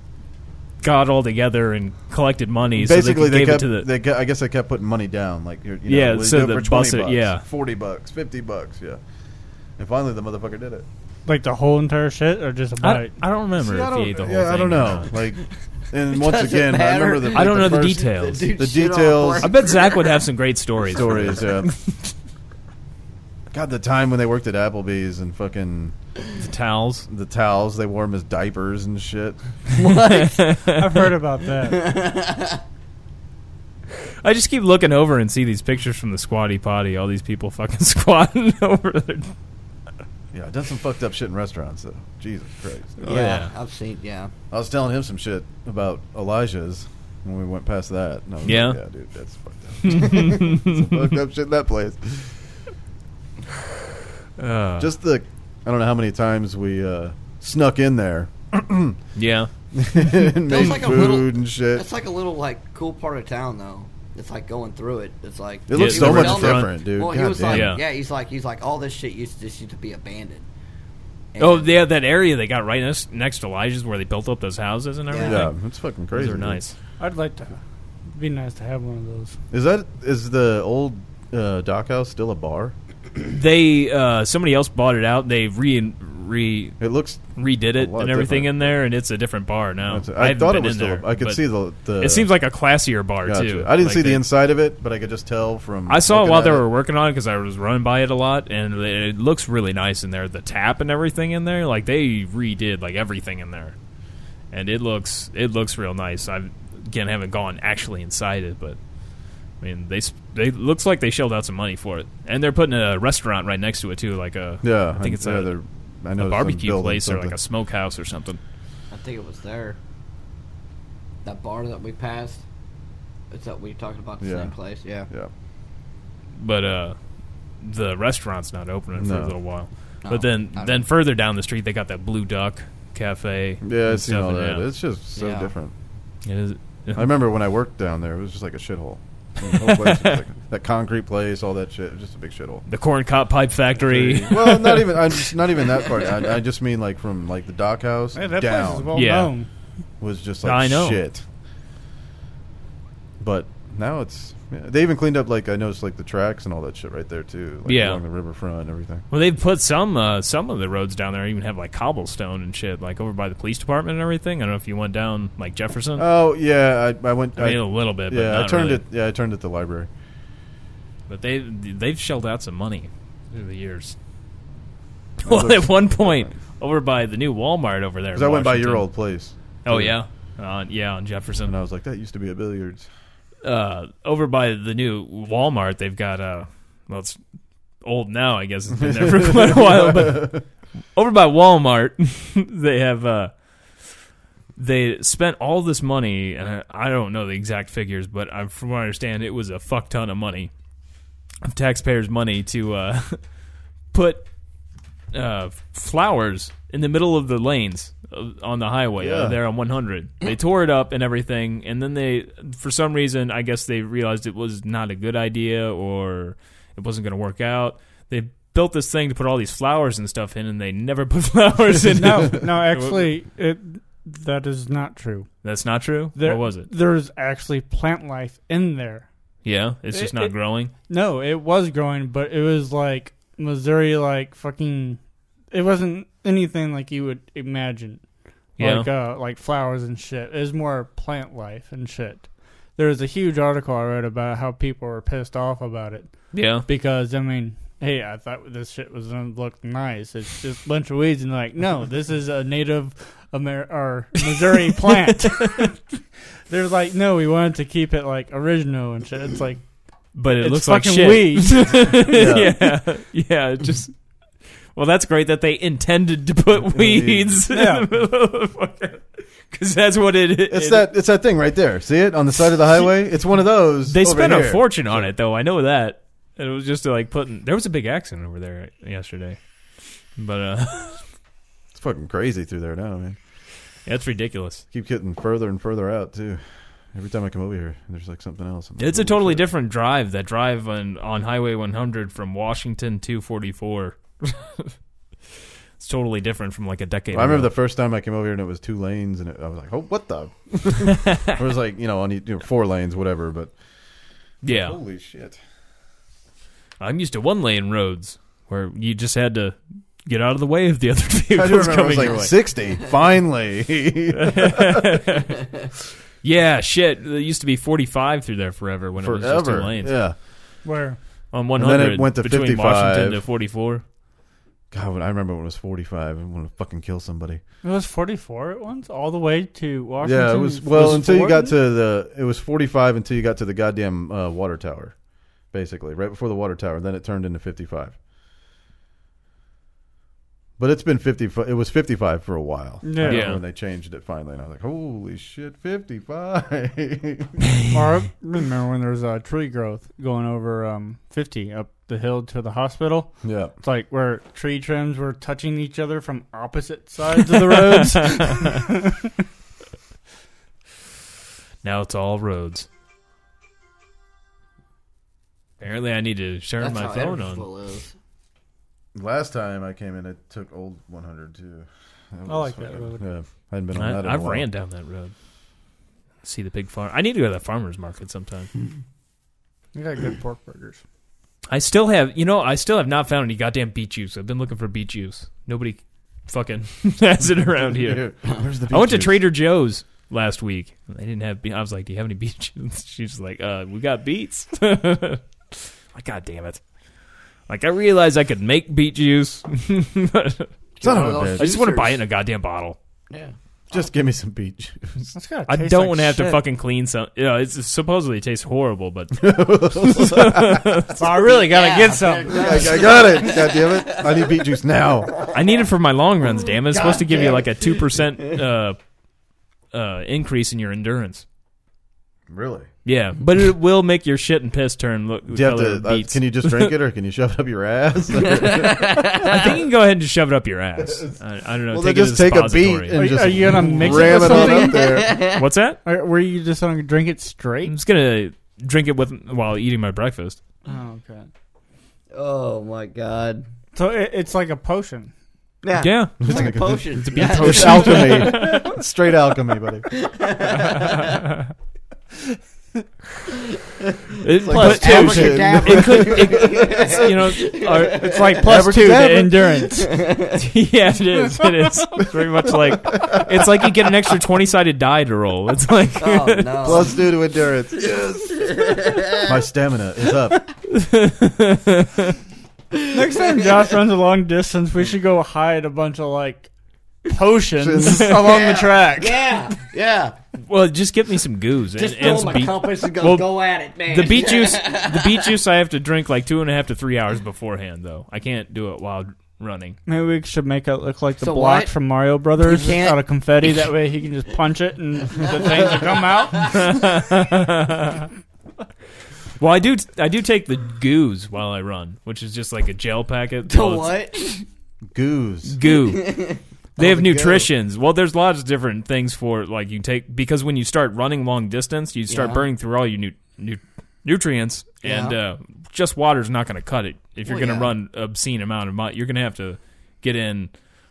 got all together and collected money.
Basically,
so they,
they,
gave
kept.
it to the
they ke- I guess they kept putting money down, like you're, you
Yeah,
Know,
so
do it
the
for 20
busser-
bucks,
yeah.
forty bucks, fifty bucks, yeah. And finally, the motherfucker did it.
like the whole entire shit, or just a
I,
bite.
I don't remember
See,
if
I don't,
he ate the whole
yeah,
thing.
I don't
or
know.
not.
Like, and once
doesn't
again, I remember the.
matter.
I don't know
like,
the
first
details.
Dude,
The
shit on a
details.
I
plate.
bet Zach would have some great stories.
stories. Yeah. God, the time when they worked at Applebee's and fucking
The towels.
the towels they wore him as diapers and shit.
I've heard about that.
I just keep looking over and see these pictures from the squatty potty. All these people fucking squatting over there.
Yeah, I've done some fucked up shit in restaurants though. Jesus
Oh,
Christ.
Yeah,
yeah.
I've seen. Yeah,
I was telling him some shit about Elijah's when we went past that. And I was like,
Yeah?
yeah, dude, that's fucked up. Some fucked up shit in that place.
Uh,
Just the, I don't know how many times we uh, snuck in there
yeah.
and made
like a
food
little-
and shit.
it's like a little like cool part of town though. It's like going through it. It's like
It looks
he
so
was
much
telling me-
different, dude.
Well, he
God
was
damn.
like,
Yeah.
yeah. he's like, he's like, all this shit used to, just used to be abandoned. And
Oh, yeah. That area they got right next, next to Elijah's where they built up those houses and everything.
yeah, it's fucking crazy.
Those are
dude.
nice.
I'd like to. It'd be nice to have one of those.
Is that is the old uh, dock house still a bar?
They uh, somebody else bought it out. They re re
It looks.
redid it
A lot
and everything
different.
in there, and it's a different bar now.
I,
haven't
thought it
been
was
in
still.
there,
a, I could
but
see the, the.
It seems like a classier bar
Gotcha.
too.
I didn't
Like
see the
they-
inside of it, but I could just tell from.
I saw it
looking
while
at
they
it.
were working on it because I was running by it a lot, and it looks really nice in there. The tap and everything in there, like they redid like everything in there, and it looks it looks real nice. I again haven't gone actually inside it, but I mean they s- they looks like they shelled out some money for it, and they're putting a restaurant right next to it too, like a
Yeah,
I think it's
yeah,
a,
they're- I
a
know
barbecue place or like a smokehouse or something.
I think it was there. That bar that we passed. It's that we talking about the
Yeah.
same place. Yeah.
yeah.
but uh, the restaurant's not opening for
No.
a little while.
No,
but then,
I
then
don't-
further down the street, they got that Blue Duck Cafe.
Yeah,
and
I've seen
stuff,
all
and
that.
yeah.
It's just so
Yeah.
different.
It is-
I remember when I worked down there; it was just like a shithole. The whole place was like- that concrete place, all that shit, just a big shithole.
the corn cop pipe factory.
well, not even I just not even that part. I, I just mean like from like the dock house
Hey, that
down
place is well
Yeah.
known.
was just like
I know.
shit. But now it's yeah, they even cleaned up like I noticed like the tracks and all that shit right there too. Like
Yeah.
along the riverfront and everything.
well, they've put some uh, some of the roads down there. Even have like cobblestone and shit, like over by the police department and everything. I don't know if you went down like Jefferson.
Oh yeah, I, I went.
I mean, a little bit, but
yeah, I
not
turned
really.
it. Yeah, I turned it to the library.
But they they've shelled out some money through the years.
looks-
Well, at one point over by the new Walmart over there, in
Because I went by your
Washington.
old place,
Oh yeah, on yeah on Jefferson.
and I was like, that used to be a billiards.
uh, over by the new Walmart, they've got uh, well, it's old now, I guess. It's been there for quite a while, but over by Walmart, they have uh, they spent all this money, and I, I don't know the exact figures, but I, from what I understand, it was a fuck ton of money of taxpayers' money to uh, put uh, flowers in the middle of the lanes uh, on the highway uh,
Yeah.
there on 100. They tore it up and everything, and then they, for some reason, I guess they realized it was not a good idea or it wasn't going to work out. They built this thing to put all these flowers and stuff in, and they never put flowers in.
No,
it.
no, actually, it That is not true.
That's not true.
There,
what was it?
There's actually plant life in there.
Yeah, it's
It-
just not
it-
growing.
No, it was growing, but it was like Missouri, like fucking. It wasn't anything like you would imagine.
Yeah.
Like uh, like flowers and shit. It was more plant life and shit. There was a huge article I read about how people were pissed off about it.
Yeah.
Because I mean, hey, I thought this shit was gonna look nice. It's just a bunch of weeds, and like, no, this is a native Amer- or Missouri plant. They're like, no, we wanted to keep it like original and shit. It's like,
But it
it's
looks like
fucking
shit.
weeds.
yeah. yeah, it just. Well, that's great that they intended to put weeds
Yeah.
in the middle of the fucking. Because that's what it is.
It's that it's that thing right there. See it on the side of the highway? It's one of those.
They
over
spent
here.
a fortune on it, though. I know that. It was just like putting. There was a big accident over there yesterday. But, uh,
It's fucking crazy through there now, man.
that's ridiculous.
Keep getting further and further out too. Every time I come over here, there's like something else. I'm like,
It's a
"Holy
totally
shit."
different drive. That drive on on Highway 100 from Washington to 44. it's totally different from like a decade.
I remember
ago.
the first time I came over here and it was two lanes, and it, I was like, "Oh, what the?" it was like you know, on each- you know, four lanes, whatever. But
yeah.
holy shit,
I'm used to one lane roads where you just had to get out of the way of the other
I do
vehicles
remember I was
coming
like
your way.
sixty. Finally,
Yeah, shit. There used to be 45 through there forever when it was just
forever.
two lanes.
Yeah.
Where
On
then
100
it went to
between
55.
Washington to 44.
God, when I remember when it was forty-five. I want to fucking kill somebody.
it was forty-four at once, all the way to Washington.
yeah, it was well until you got
40?
to the. It was forty-five until you got to the goddamn uh, water tower, basically right before the water tower. Then it turned into fifty-five. But it's been fifty. It was fifty-five for a while. I
Yeah.
remember
Yeah.
When they changed it finally, and I was like, "Holy shit, fifty-five!
Or I remember when there was uh, tree growth going over um, fifty up the hill to the hospital.
yeah,
It's like where tree trims were touching each other from opposite sides of the roads.
Now it's all roads. Apparently, I need to turn
That's
my
how
phone on.
Edwardsville is.
Last time I came in, I took old one hundred too. That
I
was
like that
fucking-
road.
Yeah, I hadn't been on that. in
I,
a
I
while.
ran down that road. See the big farm. I need to go to the farmer's market sometime.
We got good pork burgers.
I still have, you know, I still have not found any goddamn beet juice. I've been looking for beet juice. Nobody fucking has it around here.
Where's the
I went to
beaches?
Trader Joe's last week. They didn't have. Be- I was like, "Do you have any beets?" She's like, "Uh, we got beets." like, God damn it! Like, I realized I could make beet juice. I
Son of
One
a
of those-
bitch.
just want to buy it in a goddamn bottle.
Yeah.
Just give me some beach.
That's gotta
I
taste
don't
like
want to have to
shit.
fucking clean some. You know, it's supposedly it tastes horrible, but
So I really gotta
Yeah,
get some.
there
I,
it goes.
I got it. God damn it! I need beet juice now.
I need it for my long runs. Damn it! It's supposed to give you like a two percent uh, uh, increase in your endurance.
Really?
Yeah, but it will make your shit and piss turn look.
Do you have
color
to? Uh,
beets.
can you just drink it, or can you shove it up your ass?
I think you can go ahead and shove it up your ass. I, I don't know.
well,
take
then just
it as
take a beat
suppository.
and
Are-
just
are you gonna mix it
ram it
with
on
something?
up there.
What's that?
Or Were you just gonna drink it
I'm
straight?
just gonna drink it with while eating my breakfast.
Oh, okay.
Oh my god.
So it, it's like a potion.
Yeah.
Yeah,
It's like a potion. It's a yeah.
It's alchemy, straight alchemy, buddy.
it,
Plus
but
two.
average-
potion.
it could, it- it's, you know, or- it's like plus
Average
two to
average.
endurance. yeah, it is. It is It's very much like it's like you get an extra twenty sided die to roll. It's like
Oh no.
Plus due to endurance. Yes. My stamina is up.
Next time Josh runs a long distance, we should go hide a bunch of like potions along the track.
yeah. Yeah.
well, just get me some goose and,
Just
and
throw
some
my
beet.
compass and go,
Well,
go at it, man.
The beet juice, the beet juice, I have to drink like two and a half to three hours beforehand, though. I can't do it while running.
Maybe we should make it look like the
So
block
what?
from Mario Brothers
You can't-
out of confetti. That way he can just punch it and the things will come out.
Well, I do. I do take the goos while I run, which is just like a gel packet.
The
Well, it's
what? Oh,
Goose.
Goo. They have
the goo.
nutritions. Well, there's lots of different things for like you take because when you start running long distance, you start
Yeah.
burning through all your nu- nu- nutrients, and
Yeah.
uh, just water's not going to cut it. If you're
Well,
going to
yeah.
run obscene amount of mile, you're going to have to get in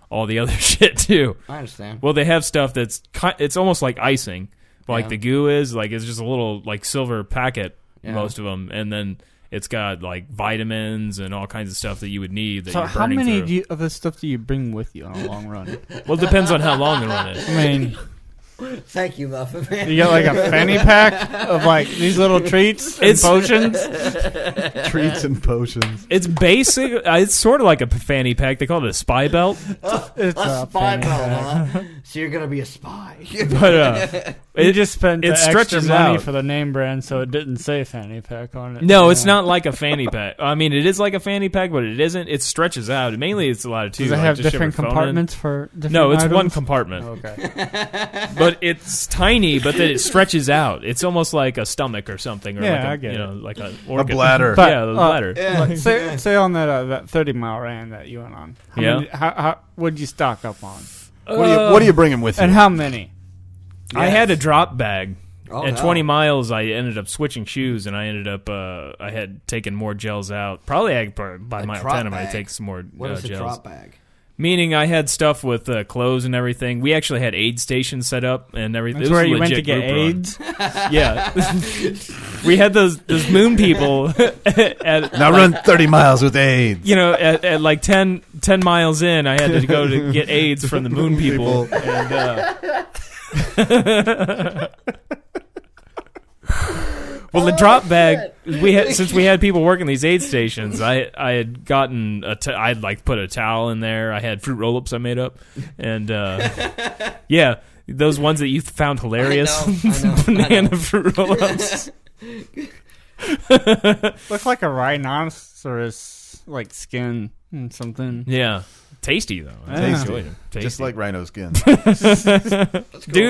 all the other shit too.
I understand.
Well, they have stuff that's ki- it's almost like icing, like
Yeah.
the goo is like it's just a little like silver packet
Yeah.
most of them, and then it's got like vitamins and all kinds of stuff that you would need that
So
you're
how
burning
many
through.
do you, of this stuff do you bring with you on a long run?
well, it depends on how long the run is.
I mean,
Thank you, Muffin Man.
you got like a fanny pack of like these little treats and
It's-
potions.
Treats and potions.
It's basic. uh, It's sort of like a fanny pack. They call it a spy belt,
It's
a
a
spy
fanny
belt,
pack.
huh? So you're gonna be a spy.
but uh,
You
it
just spent
it
the extra
stretches
money
out.
for the name brand, so it didn't say fanny pack on it.
No, it's
Yeah.
not like a fanny pack. I mean, it is like a fanny pack, but it isn't. It stretches out. Mainly, it's a lot of two.
Does it
like,
have
just shove your
different
phone in.
compartments for different
No, it's one
items?
compartment,
Okay.
but it's tiny. But then it stretches out. It's almost like a stomach or something, or
Yeah,
like a,
I get
you
it.
know, like a, organ.
bladder.
But,
yeah, the
uh,
bladder.
Look, say, say on that uh, that thirty mile ran that you went on. How
Yeah.
Many, how, how what'd you stock up on,
What do you What do you bring him with?
and
you?
how many?
I had a drop bag.
Oh,
At
no.
20 miles, I ended up switching shoes, and I ended up uh, I had taken more gels out. Probably I, by by
A
mile
drop
10, I might
bag.
take some more
What
uh,
is a
gels.
drop bag?
Meaning, I had stuff with uh, clothes and everything. We actually had aid stations set up and everything.
That's
It was
where
a
you went to
legit
get
group run.
AIDS.
Yeah, we had those those moon people at
Now run thirty miles with AIDS.
you know at, at like 10, 10 miles in. I had to go to get AIDS from the moon people. And, uh, well,
Oh,
the drop bag we had since we had people working these aid stations. I I had gotten a t- I'd like put a towel in there. I had fruit roll ups I made up, and uh, yeah. Those ones that you found hilarious,
know, I know, I
banana
know.
fruit roll-ups.
Looks like a rhinoceros like skin and something.
Yeah, tasty though. I
Tasty.
enjoyed it.
Just
Tasty.
like rhino skin.
dude,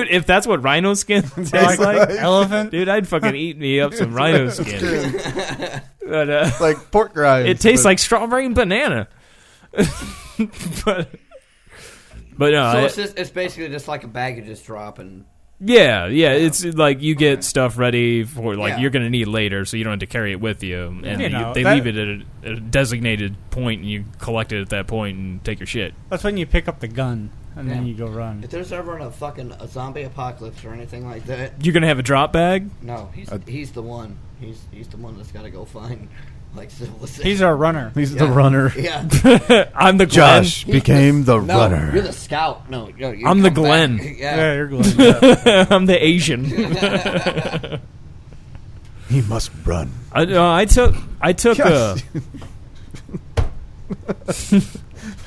if that's what rhino skin tastes like,
elephant.
dude, I'd fucking eat me up some rhino skin.
it's
But, uh,
like pork rinds.
it tastes
but-
like strawberry and banana. but but uh, no,
So
I-
it's just it's basically just like a bag you just drop and
yeah, yeah, it's like you get stuff ready for like
Yeah.
you're gonna need later, so you don't have to carry it with you, and you-
You know,
they
that-
leave it at a, a designated point, and you collect it at that point and take your shit.
That's when you pick up the gun and then
Yeah.
you go run.
if there's ever a fucking a zombie apocalypse or anything like that,
You're gonna have a drop bag.
no, he's
Uh,
he's the one. He's he's the one that's got to go find like civilization.
He's our runner.
He's
Yeah.
the runner.
yeah.
I'm the Glenn.
Josh became the
No,
runner.
you're the scout. No, no you
I'm the
come
Glenn.
back.
Yeah,
Yeah.
you're glad.
I'm the Asian.
he must run.
I, no, I took I took uh, a.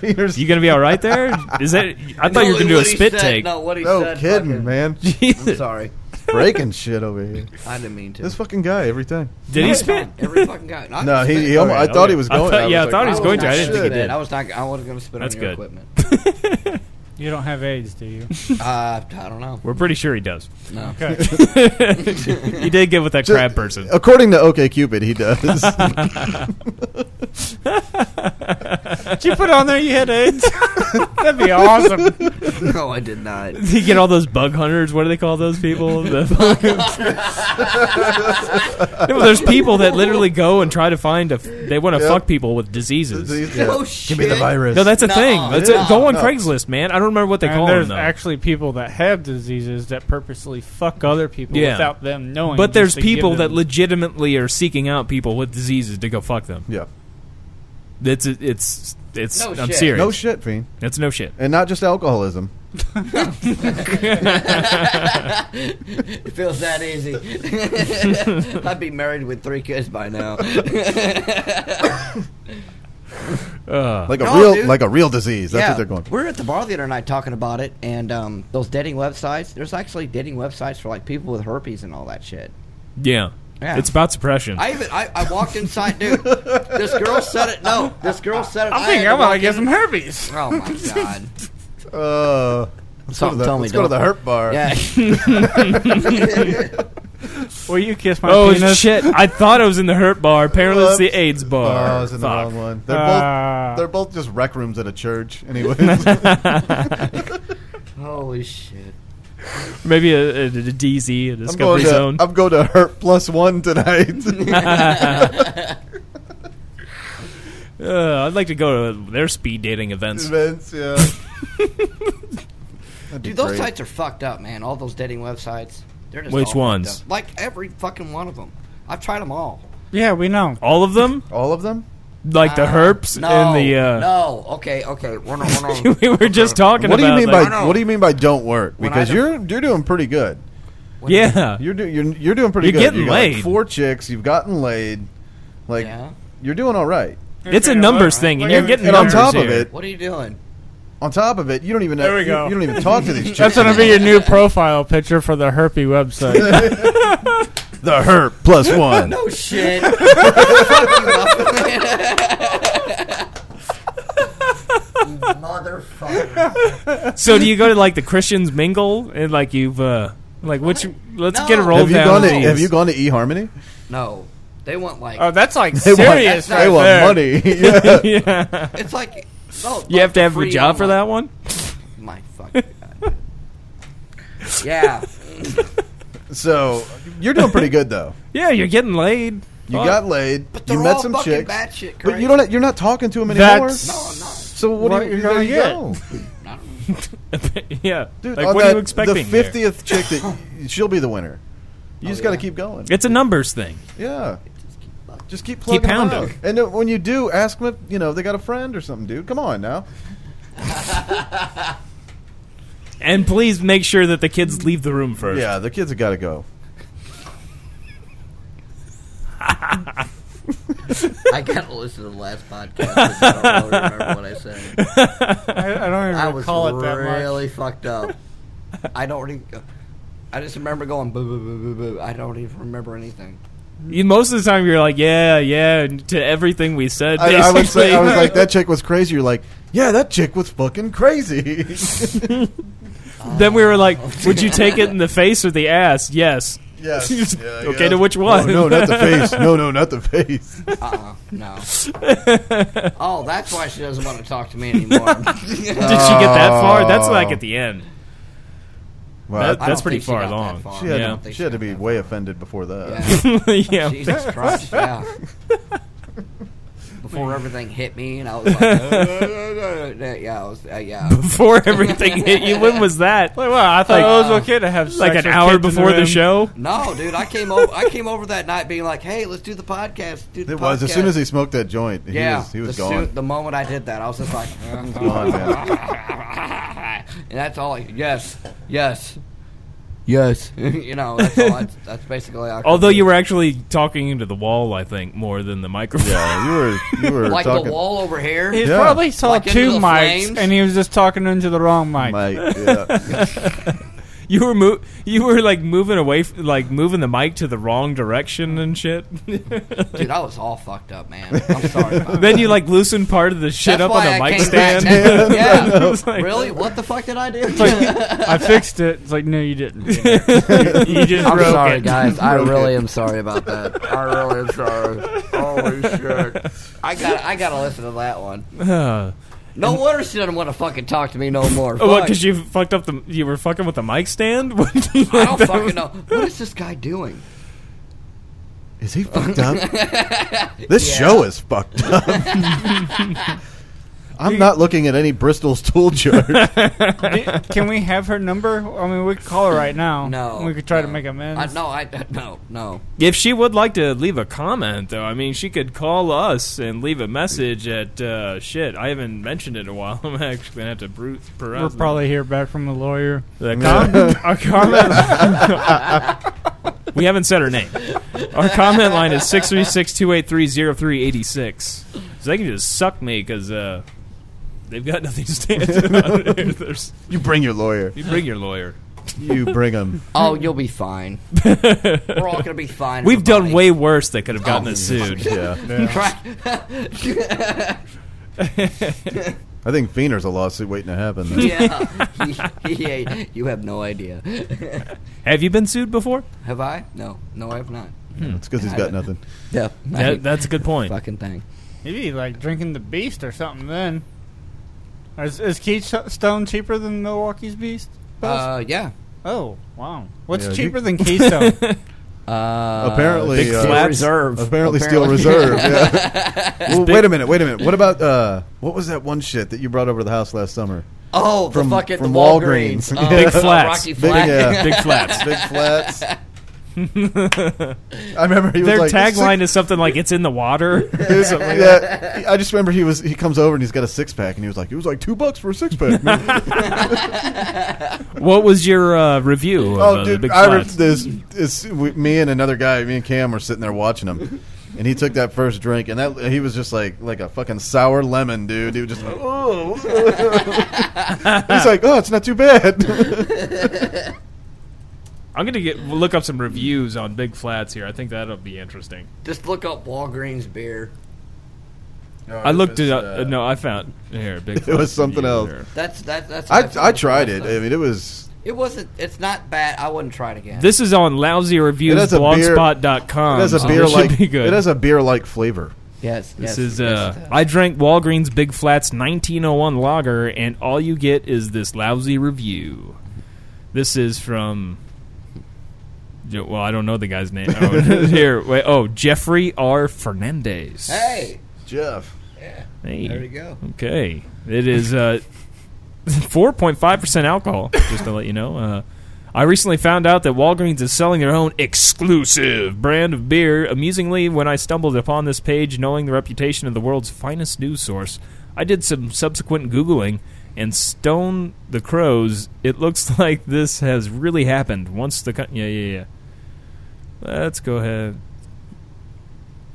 Peter's
You gonna be all right there? Is that? I thought you were gonna do a
what he
spit
said-
take.
No, what he
no
said.
kidding,
fucking-
man.
I'm sorry,
Breaking shit over here.
I didn't mean to.
This fucking guy every time.
Did he
Every
spit?
time, Every fucking guy. I
No,
can
he.
spit.
he almost, I
Okay,
thought
okay.
he was
I
going.
thought- yeah, I
was
thought he
like, "Oh,
was
was
going to.
not
I didn't think he
sure that.
did.
I was not. I wasn't going to spit
That's
on your
good.
equipment.
you don't have AIDS, do you?
Uh, I don't know.
We're pretty sure he does.
No.
he did get with that crab person.
According to OKCupid, he does.
Did you put on there you had AIDS? That'd be awesome.
No, I did not.
Did he get all those bug hunters? What do they call those people? The no, but there's people that literally go and try to find a. F- they want to
Yep.
fuck people with diseases.
Oh
Yeah.
shit.
Give me the virus.
No, that's a
Nuh-uh.
thing. That's a, go on
Nuh-uh.
Craigslist, man. I don't remember what they
And
call them
there's
though.
actually people that have diseases that purposely fuck other people
Yeah.
without them knowing.
but there's
just to give
people that
them-
legitimately are seeking out people with diseases to go fuck them.
yeah.
It's it's it's.
No
I'm
shit.
serious.
No shit, fiend,
That's no shit.
and not just alcoholism.
It feels that easy. I'd be married with three kids by now.
Uh,
Like a
No,
real,
dude.
like a real disease. That's
yeah,
what they're going.
we were at the bar the other night talking about it, and um, those dating websites. There's actually dating websites for like people with herpes and all that shit.
yeah.
Yeah.
It's about suppression.
I even I, I walked inside, dude. this girl said it. No, this girl said it.
I think
had to
I want to
walk
get
in-
some herpes.
Oh my god.
Uh, let's go to
Something
the,
told me
let's go to the
don't.
herp bar.
Yeah.
Will you kiss my
oh
penis?
shit! I thought I was in the hurt bar. Apparently, it's the
Oops.
AIDS
Oh,
bar.
I was in the
Fuck.
wrong one. They're
Ah.
both they're both just rec rooms at a church. Anyways,
Holy shit.
Maybe a, a, a DZ, a
I'm going
Discovery
to
Zone.
I'm going to herp plus one tonight.
Uh, I'd like to go to their speed dating events.
Events, yeah.
Dude, those sites are fucked up, man. All those dating websites. They're just
Which
all fucked
ones?
up. Like every fucking one of them. I've tried them all.
Yeah, we know.
All of them,
All of them?
like the
Uh,
herps
no,
and the. Uh,
no. Okay, okay. We're not, we're not-
we were just talking
What do you
about.
mean
like-
by what do you mean by don't work?
When I
Because
def-
you're you're doing pretty good.
yeah?
You're doing you're, you're doing pretty
You're
good.
getting
you got like,
laid.
four chicks. You've gotten laid. Like
Yeah.
you're doing all right.
It's a numbers thing, and you're getting
And on
numbers
top of
here.
it,
What are you doing?
on top of it, you don't even
There we
you-
go.
You, don't even talk to these chicks.
That's gonna be your new profile picture for the Herpy website.
the hurt plus one.
No Oh, shit. Fuck you up. Motherfucker.
So do you go to like the Christians mingle and like you've uh like which? Let's
No.
get a roll
Have you
down.
gone to
of these.
Have you gone to eHarmony?
No. They want like
Uh,
Oh, that's like
They want,
serious.
right
they want
there.
money. Yeah.
yeah.
it's like no,
You
like
have to have a
free
job for
online-
that one.
My fucking god. yeah.
So you're doing pretty good though.
Yeah, you're getting laid.
You
Fuck.
got laid.
But they're
you met
all
some
fucking
chicks.
batshit
but
crazy.
you don't. You're not talking to them anymore.
That's-
Oh, No, I'm not.
so what,
what
do you,
you're gonna
there you
get.
go.
yeah.
Dude,
like
on
what are
that-
you expecting?
The
here?
fiftieth chick that she'll be the winner. You just got to keep going.
It's a numbers thing.
yeah. Just keep plugging them
pounding.
out. And uh, when you do, ask them if you know they got a friend or something, dude. Come on now.
And please make sure that the kids leave the room first.
Yeah, the kids have got to go.
I gotta listen to the last podcast. 'cause I don't really remember what I said.
I, I don't even
I was
recall it that much.
really fucked up. I don't. Re- I just remember going boo boo boo boo boo. I don't even remember anything.
You, most of the time, you're like, yeah, yeah, and to everything we said.
I, I would say I
basically.
was like that chick was crazy. You're like, yeah, that chick was fucking crazy.
then we were like, would you take it in the face or the ass? Yes.
yes. Yeah,
Okay,
yeah.
to which one?
No, no, not the face. No, no, not the face.
Uh uh no. oh, that's why she doesn't want to talk to me anymore. I
Did she get that far? That's like at the end.
Wow,
That- That's
don't
pretty
think she
far
got that
along.
far.
she had,
I
yeah.
don't think
she had to
got
be
that
way offended before that.
far. Yeah.
yeah.
Jesus Christ! Yeah. Before everything hit me, and I was like, uh, yeah, I was, uh, yeah.
Before everything hit you, when was that?
Like, wow, I thought it was okay to have
Like
sex
an
with
hour
kids in
before the
room.
show?
No, dude, I came over. I came over that night being like, "Hey, let's do the podcast." Do the
It was as soon
podcast."
as he smoked that joint, he
Yeah,
was he was
the,
gone.
the moment I did that, I was just like, "Mm,
Gone, man.
and that's all. I, yes, yes, yes. you know, that's, all I, that's basically. all I could
Although
do.
you were actually talking into the wall, I think, more than the microphone.
Yeah, you were you were
like
talking
the wall over here.
He
Yeah.
probably saw
Like into
two
the
mics,
flames?
and he was just talking into the wrong mic.
Mike, yeah.
You were mo- you were like moving away, f- like moving the mic to the wrong direction and shit.
Dude, I was all fucked up, man. I'm sorry. About that.
then you like loosened part of the shit
That's
up on
why
the
I
mic
came
stand.
back. Yeah.
It was like-
Really? What the fuck did I do?
I fixed it. It's like, no, you didn't.
you just
I'm
broke
sorry,
it.
guys. I really am sorry about that. I really am sorry. Holy shit! I got. I gotta listen to that one.
Uh,
No wonder she doesn't want to fucking talk to me no more.
oh, what?
Fuck.
Because you fucked up the you were fucking with the mic stand.
I don't fucking know. What is this guy doing?
Is he fucked up? this show is fucked up. I'm not looking at any Bristol's tool chart.
Can we have her number? I mean, we could call her right now.
No,
We could try to
no.
make amends.
I, no, I no no.
if she would like to leave a comment, though, I mean, she could call us and leave a message at uh, shit. I haven't mentioned it in a while. I'm actually gonna have to brute.
We'll
peruse
probably hear back from a lawyer.
The com- our comment. we haven't said her name. Our comment line is six three six two eight three zero three eighty six. So they can just suck me because uh, they've got nothing to stand on. here. There's-
You bring your lawyer.
you bring your lawyer.
You bring him.
Oh, you'll be fine. We're all gonna be fine.
We've done way
everybody.
worse that could have gotten us sued.
Oh, Yeah.
Try-
I think Fiener's a lawsuit waiting to happen. then.
yeah. yeah, you have no idea.
Have you been sued before?
Have I? No, no, I have not.
It's because he's got nothing.
Yeah,
That, that's a good point.
fucking thing.
Maybe like drinking the Beast or something. Then is, is Keystone cheaper than Milwaukee's Beast?
Uh, yeah.
Oh wow! What's
Yeah, you-
cheaper than Keystone?
Uh,
Apparently, Big uh,
Steel
flaps.
reserve.
Apparently, Steel Reserve. yeah. well, wait a minute. Wait a minute. What about uh, what was that one shit that you brought over to the house last summer?
Oh, the
From-
fucking
from
the Walgreens.
Walgreens.
Oh,
Big
the
flats.
Rocky
Big,
Flat.
yeah.
Big flats.
Big flats. I remember he was
Their
like
tagline is something like "It's in the water."
He was- yeah, I just remember he was he comes over and he's got a six pack and he was like it was like two bucks for a six pack. man."
what was your uh, review? Of,
oh,
uh, the
dude,
big
I re-
flats?
this, this we, me and another guy, me and Cam were sitting there watching him, and he took that first drink and that he was just like like a fucking sour lemon, dude. He was just like, oh, he's like oh, it's not too bad.
I'm gonna get look up some reviews on big flats here. I think that'll be interesting.
Just look up Walgreens beer.
Oh,
I looked it up. no, I found here. Big
uh, It was
Flats
something
review
else.
here.
That's that, that's.
I
that's-
I tried it. I mean, it was
It wasn't. It's not bad. I wouldn't try it again.
This is on
has a beer-
loudsyreviews.blogspot.com.
it has a
so
beer
this Um, Oh, should
like
be good.
it has a beer like flavor.
yes,
This
yes,
is
yes,
uh, I drank Walgreens Big Flats 1901 lager, and all you get is this lousy review. This is from. Well, I don't know the guy's name. Oh, here, wait. Oh, Jeffrey R. Fernandez.
hey,
Jeff,
Hey.
there you go.
Okay, it is uh, 4.5% alcohol, just to let you know. Uh, I recently found out that Walgreens is selling their own exclusive brand of beer. Amusingly, when I stumbled upon this page, knowing the reputation of the world's finest news source, I did some subsequent Googling and stone the crows. It looks like this has really happened once the. Co- yeah, yeah, yeah. Let's go ahead.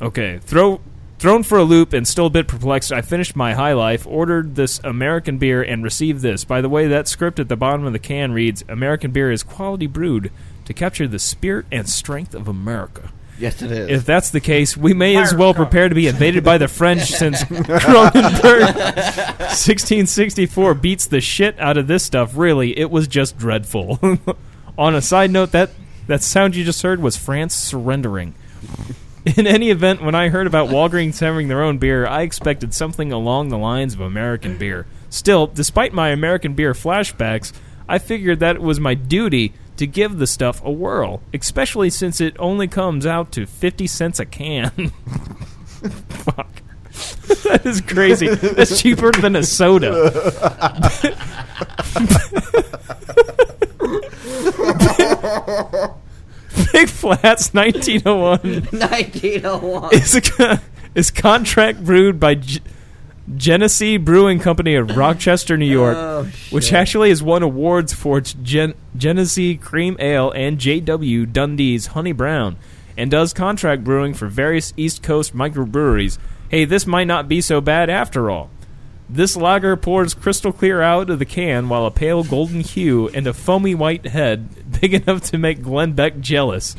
Okay, throw thrown for a loop and still a bit perplexed. I finished my high life, ordered this American beer, and received this. By the way, that script at the bottom of the can reads: "American beer is quality brewed to capture the spirit and strength of America."
Yes, it is.
If that's the case, we may as well prepare to be invaded by the French since Kronenberg 1664 beats the shit out of this stuff. Really, it was just dreadful. On a side note, that that sound you just heard was France surrendering. In any event, when I heard about Walgreens having their own beer, I expected something along the lines of American beer. Still, despite my American beer flashbacks, I figured that it was my duty to give the stuff a whirl, especially since it only comes out to 50 cents a can. Fuck. that is crazy. That's cheaper than a soda. Big Flats 1901
1901.
is a co- is contract brewed by G- Genesee Brewing Company of Rochester, New York, which actually has won awards for its Gen- Genesee Cream Ale and J.W. Dundee's Honey Brown, and does contract brewing for various East Coast microbreweries. Hey, this might not be so bad after all. This lager pours crystal clear out of the can while a pale golden hue and a foamy white head big enough to make Glenn Beck jealous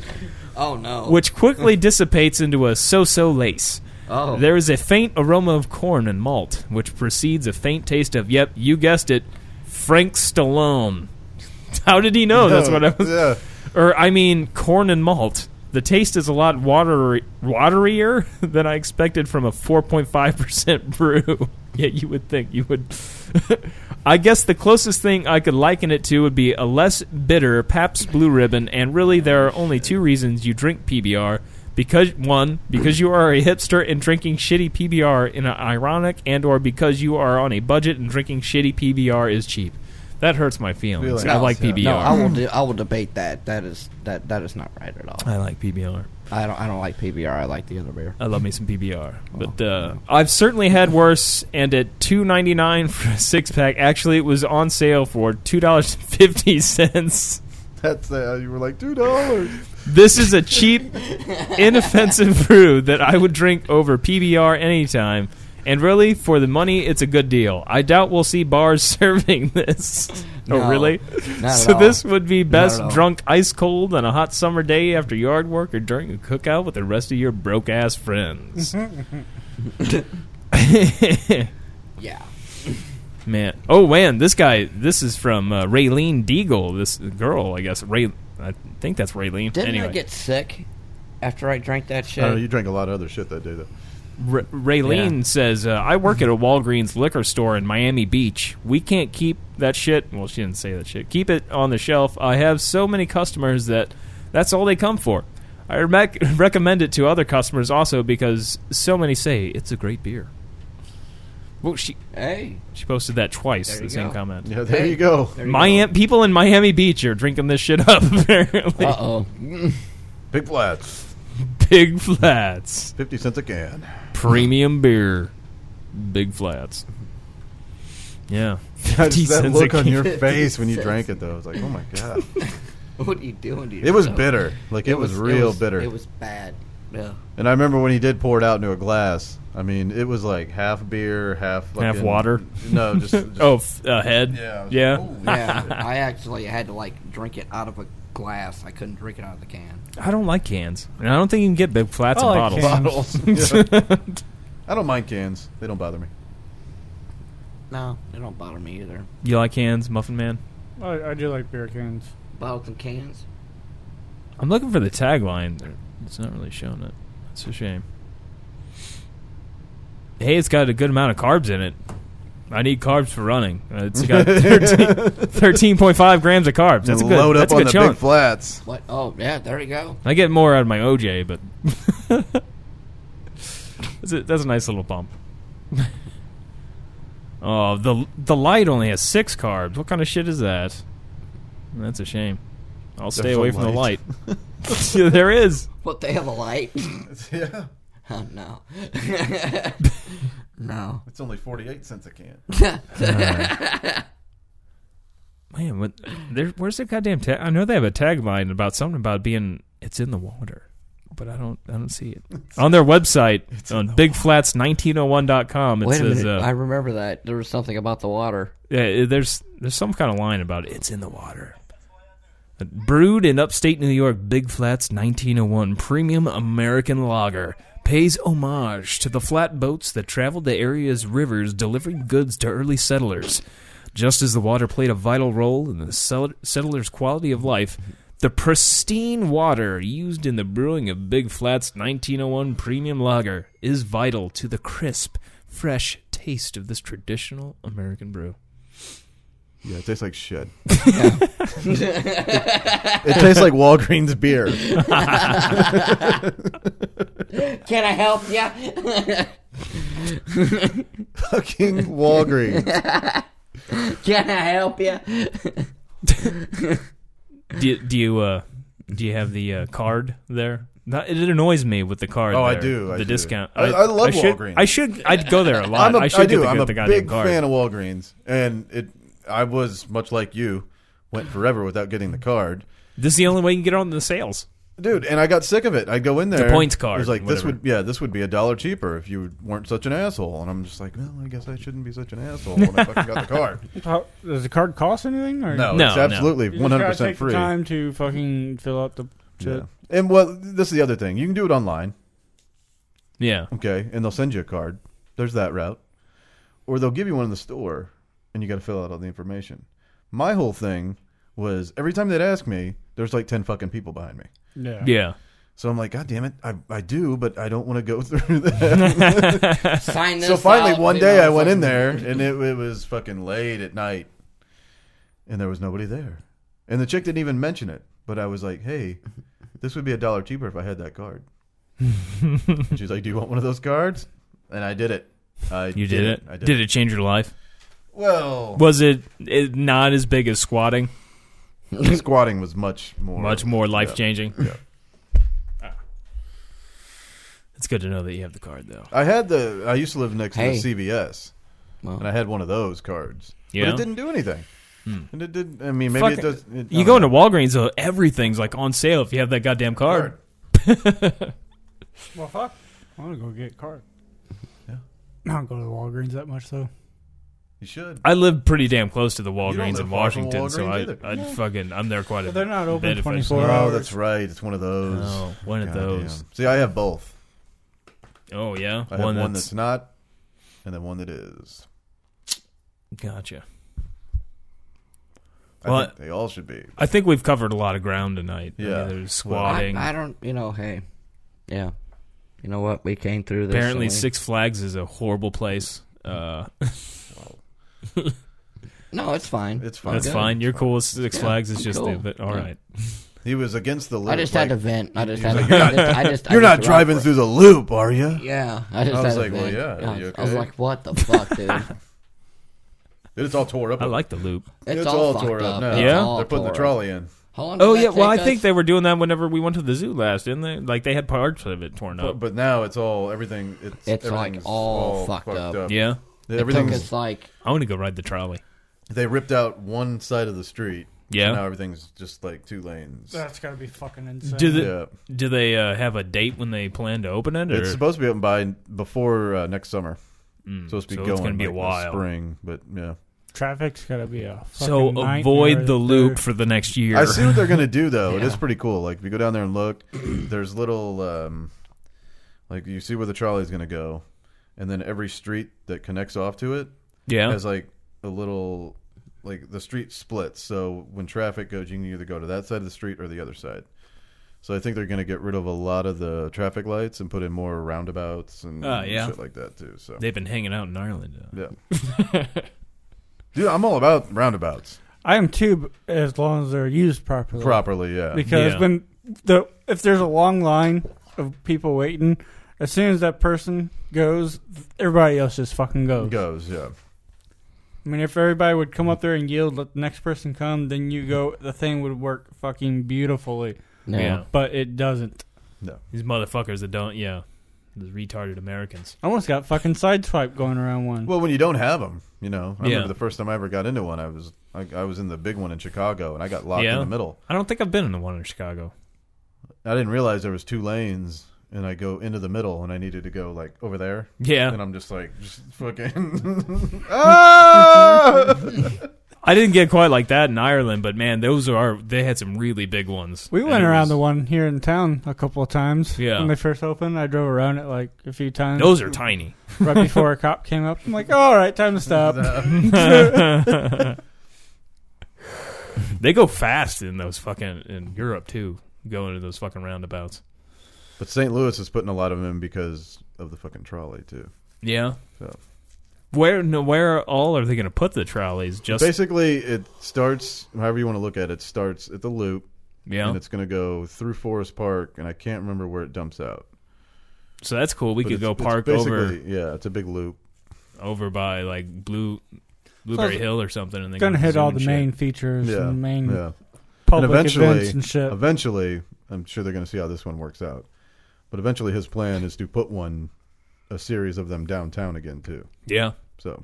oh no.
which quickly dissipates into a so-so lace.
Oh.
There is a faint aroma of corn and malt, which precedes a faint taste of, yep, you guessed it, Frank Stallone. How did he know? That's what I was.
Yeah,
Or I mean, corn and malt. The taste is a lot watery, waterier than I expected from a 4.5% brew. yeah, you would think you would. I guess the closest thing I could liken it to would be a less bitter Pabst Blue Ribbon, and really there are only two reasons you drink PBR. Because one, because you are a hipster and drinking shitty PBR in an ironic, and or because you are on a budget and drinking shitty PBR is cheap. That hurts my feelings.
Really?
I like
No,
PBR.
no, I will. Do, I will debate that. That is that. That is not right at
Uh,
all.
I like PBR.
I don't. I don't like PBR. I like the other beer.
I love me some PBR, but uh, I've certainly had worse. And at two ninety nine for a six pack, actually, it was on sale for two dollars and fifty cents.
that's uh, you were like two dollars.
This is a cheap, inoffensive brew that I would drink over PBR anytime. And really, for the money, it's a good deal. I doubt we'll see bars serving this. oh,
No,
really?
not at
so
all.
this would be best
at all.
drunk ice cold on a hot summer day after yard work or during a cookout with the rest of your broke ass friends.
Yeah.
Man. Oh man, this guy. This is from uh, Raylene Deagle. This girl, I guess. Ray. I think that's Raylene.
Didn't
anyway,
I get sick after I drank that shit?
Oh, you drank a lot of other shit that day though.
Ra- Raylene says, uh, "I work at a Walgreens liquor store in Miami Beach. We can't keep that shit. Well, she didn't say that shit. Keep it on the shelf. I have so many customers that that's all they come for. I rec- recommend it to other customers also because so many say it's a great beer." Well, she
Hey,
she posted that twice.
There
The
you
same
go.
comment.
Yeah, there you go.
there you
Miami people in Miami Beach are drinking this shit up. Apparently,
go. Uh oh.
Big flats,
Big Flats,
fifty cents a can.
premium beer, Big Flats. Yeah, fifty
Just that
cents a
look on
can.
your
can.
face when you
50
drank it, though, I was like, oh my god,
What are you doing to
it was
yourself?
bitter. Like it, was, real
was-
bitter.
It was bad. Yeah.
and I remember when he did pour it out into a glass. I mean, it was like half beer, half fucking,
Half water?
No, just, just
Oh, f- a head.
Yeah, I was
yeah.
like,
Yeah. I actually had to like drink it out of a glass. I couldn't drink it out of the can.
I don't like cans, and I don't think you can get Big Flats
I
in
like
bottles.
cans.
bottles. Yeah. I don't mind cans; they don't bother me.
No, it don't bother me either.
You like cans, Muffin Man?
I, I do like beer cans.
Bottles and cans.
I'm looking for the tagline. There- It's not really showing it. It's a shame. Hey, it's got a good amount of carbs in it. I need carbs for running. Uh, It's got 13 13.5 grams of carbs. That's a good,
load
that's
up
a
on
good
the
chunk.
big flats.
What? Oh, yeah. There you go.
I get more out of my OJ, but that's, a, that's a nice little bump. oh, the the light only has six carbs. What kind of shit is that? That's a shame. I'll stay
There's a
away from
light.
the light. Yeah, there is.
What? They have a light?
yeah,
oh, no. no.
it's only forty-eight cents a can.
Man, what, there, where's the goddamn tag? I know they have a tagline about something about being it's in the water, but I don't I don't see it on their website on bigflats1901.com. It
Wait a
says
minute.
uh,
I remember that there was something about the water.
Yeah, it- there's there's some kind of line about it. it's in the water. Brewed in upstate New York, Big Flats 1901 premium American lager pays homage to the flatboats that traveled the area's rivers delivering goods to early settlers. Just as the water played a vital role in the sell- settlers' quality of life, the pristine water used in the brewing of Big Flats 1901 premium lager is vital to the crisp, fresh taste of this traditional American brew.
Yeah, it tastes like shit. it tastes like Walgreens beer.
Can I help you?
Fucking Walgreens.
Can I help you?
do, do you uh do you have the uh, card there? Not, it annoys me with the card.
Oh, I
there,
do,
The
I do.
discount.
I- I love
should,
Walgreens.
I should. I'd go there a lot.
I'm a,
I
I
should get
do.
the,
I'm
good-
a
the goddamn
big
card.
fan of Walgreens, and it. I was much like you, went forever without getting the card,
this is the only way you can get on the sales.
dude. And I got sick of it. I'd go in there.
points card,
It was like this
whatever.
would, yeah, this would be a dollar cheaper if you weren't such an asshole. And I'm just like, well, I guess I shouldn't be such an asshole when I fucking got the card.
How, does the card cost anything? Or
No,
No,
it's
no.
absolutely
You just
100
gotta
percent
take the
free.
time to fucking fill out the shit.
Yeah. And well, this is the other thing. You can do it online.
Yeah,
Okay, and they'll send you a card. There's that route. Or they'll give you one in the store and you got to fill out all the information. My whole thing was every time they'd ask me, there's like 10 fucking people behind me.
Yeah.
yeah.
So I'm like, God damn it, I, I do, but I don't want to go through that.
Sign this
so finally,
out,
one
you
day
know,
I went
fucking-
in there and it, it was fucking late at night and there was nobody there. And the chick didn't even mention it, but I was like, hey, this would be a dollar cheaper if I had that card. And She's like, do you want one of those cards? And I did it. I
You did it.
I
did, it change your life?
Well,
Was it, it not as big as squatting?
squatting was much more.
Much more life
yeah.
changing. Ah. It's good to know that you have the card though.
I had the. I used to live next
Hey.
to the CVS,
Well.
and I had one of those cards.
Yeah? Hmm.
but it didn't do anything. And it did. I mean, maybe
Fuck
it does. It,
you go into Walgreens, though, everything's like on sale if you have that goddamn card.
Well, fuck. I want to go get a card. Yeah. I don't go to the Walgreens that much, though.
You should.
I live pretty damn close to the Walgreens
live
in
far from
Washington, so
Walgreens
I,
either.
I fucking I'm there quite a
But they're not open
bit. if I just-
24
oh,
hours.
that's right. It's one of those.
Oh, one of
God
those.
damn. See, I have both.
Oh yeah,
I have one, that's not, and then one that is.
gotcha.
I
Well,
think they all should be.
I think we've covered a lot of ground tonight. I mean,
Yeah.
there's
Well,
squatting.
I, I don't, you know, hey. Yeah. You know what? We came through this.
Apparently,
and we-
Six Flags is a horrible place. Uh,
Oh,
No, it's fine.
It's fine.
that's
good.
fine. You're cool. with Six
Yeah,
Flags is
I'm
just
cool.
the, but all
Yeah.
right.
He was against the loop.
I just had to vent. I just had to.
You're not,
I just, I
you're
just
not driving
rocked.
through the loop, are you?
Yeah, I just
I was
had
like,
to
well,
vent.
yeah,
I was,
you
I was
okay?
like, what the fuck, dude? It's,
It's all tore up.
I like the loop.
It's
all,
all
fucked
tore up
up.
now.
It's
Yeah?
all
They're putting
tore
the
up.
trolley in.
How long
Oh
did
yeah,
that
well I
take
think
us?
they were doing that whenever we went to the zoo last, didn't they? Like they had parts of it torn
But,
up.
but now it's all everything. It's,
It's, like,
everything's
all fucked up.
yeah,
It took
Everything's
us like
I want to go ride the trolley.
They ripped out one side of the street.
Yeah.
And now everything's just like two lanes.
That's gotta be fucking insane.
Do they
Yeah.
do they uh, have a date when they plan to open it? Or?
It's supposed to be open by before uh, next summer. supposed to be
Mm, so
going
it's gonna be a
like, this
while.
spring, but yeah.
Traffic's gotta be a fucking
so
nightmare
avoid the
there.
loop for the next year.
I see what they're gonna do though. It is pretty cool. Like if you go down there and look, there's little um, like you see where the trolley's gonna go, and then every street that connects off to it
yeah,
has like a little like the street splits. So when traffic goes, you can either go to that side of the street or the other side. So I think they're gonna get rid of a lot of the traffic lights and put in more roundabouts and
Oh, yeah.
shit like that too. So
they've been hanging out in Ireland. uh,
yeah. Dude, I'm all about roundabouts
I am too, b- as long as they're used properly.
properly. Yeah,
because
Yeah.
when the if there's a long line of people waiting, as soon as that person goes, everybody else just fucking goes.
goes. Yeah,
I mean, if everybody would come up there and yield, let the next person come, then you go. The thing would work fucking beautifully,
no.
Yeah.
but it doesn't.
These motherfuckers that don't, yeah, these retarded Americans.
I almost got fucking sideswiped going around one.
Well, when you don't have them, you know. I
Yeah.
remember the first time I ever got into one. I was I, I was in the big one in Chicago, and I got locked
Yeah.
in the middle.
I don't think I've been in the one in Chicago.
I didn't realize there was two lanes, and I go into the middle, and I needed to go like over there. And
Yeah,
I'm just like, just fucking. ah!
I didn't get quite like that in Ireland, but man, those are they had some really big ones.
we went
And it
around
was-
the one here in town a couple of times.
Yeah.
When they first opened, I drove around it like a few times.
Those are tiny.
right before a cop came up. I'm like, all right, time to stop.
They go fast in those fucking in Europe too. Going to those fucking roundabouts.
but St. Louis is putting a lot of them in because of the fucking trolley too.
Yeah.
So.
Where no, where all are they going to put the trolleys? Just
Basically, it starts however you want to look at it. Starts at the loop,
yeah.
and it's going to go through Forest Park, and I can't remember where it dumps out.
So that's cool. We
But
could
it's-
go
it's
park over
basically- Yeah, it's a big loop.
over by like Blue Blueberry
it's
Hill or something, and then
Gonna
go to
hit
zoo
all
and
the
shit.
main features
Yeah,
and main
yeah.
public
and eventually,
events and shit.
eventually, I'm sure they're going to see how this one works out. But eventually, his plan is to put one, a series of them downtown again too.
Yeah.
So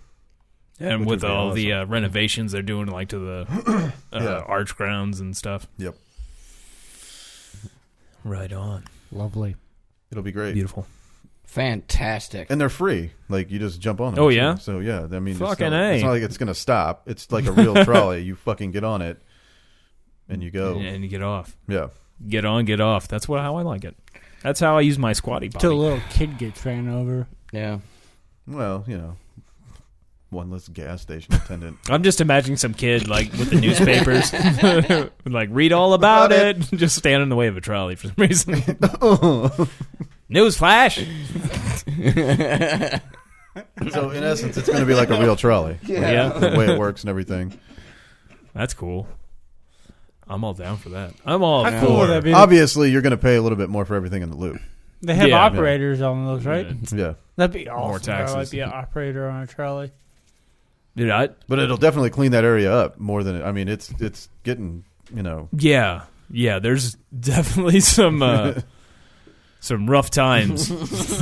And
Which
with
would be
all the uh, renovations they're doing, like to the uh,
Yeah.
arch grounds and stuff.
Yep.
Right on.
Lovely.
it'll be great,
Beautiful.
Fantastic.
and they're free. Like you just jump on them.
Oh,
too.
yeah?
So yeah, I mean,
Fucking
it's not,
A.
it's not like it's going to stop. It's like a real trolley. You fucking get on it, and you go.
And, and you get off.
Yeah.
Get on, get off. That's what how I like it. That's how I use my squatty
Till a
potty.
little kid gets ran over.
yeah.
Well, you know, one less gas station attendant.
I'm just imagining some kid like with the newspapers, like read all about, it. just stand in the way of a trolley for some reason. News flash.
so in essence, it's going to be like a real trolley.
Yeah.
The way it works and everything.
That's cool. I'm all down for that. I'm all
How
for
cool would that be?
Obviously, you're going to pay a little bit more for everything in the loop.
They have
Yeah.
operators on those, right?
Yeah.
That'd be awesome.
More taxes.
bro. I'd be an operator on a trolley.
Dude, I,
But it'll definitely clean that area up more than it. I mean, it's it's getting you know
yeah, yeah. There's definitely some uh, some rough times.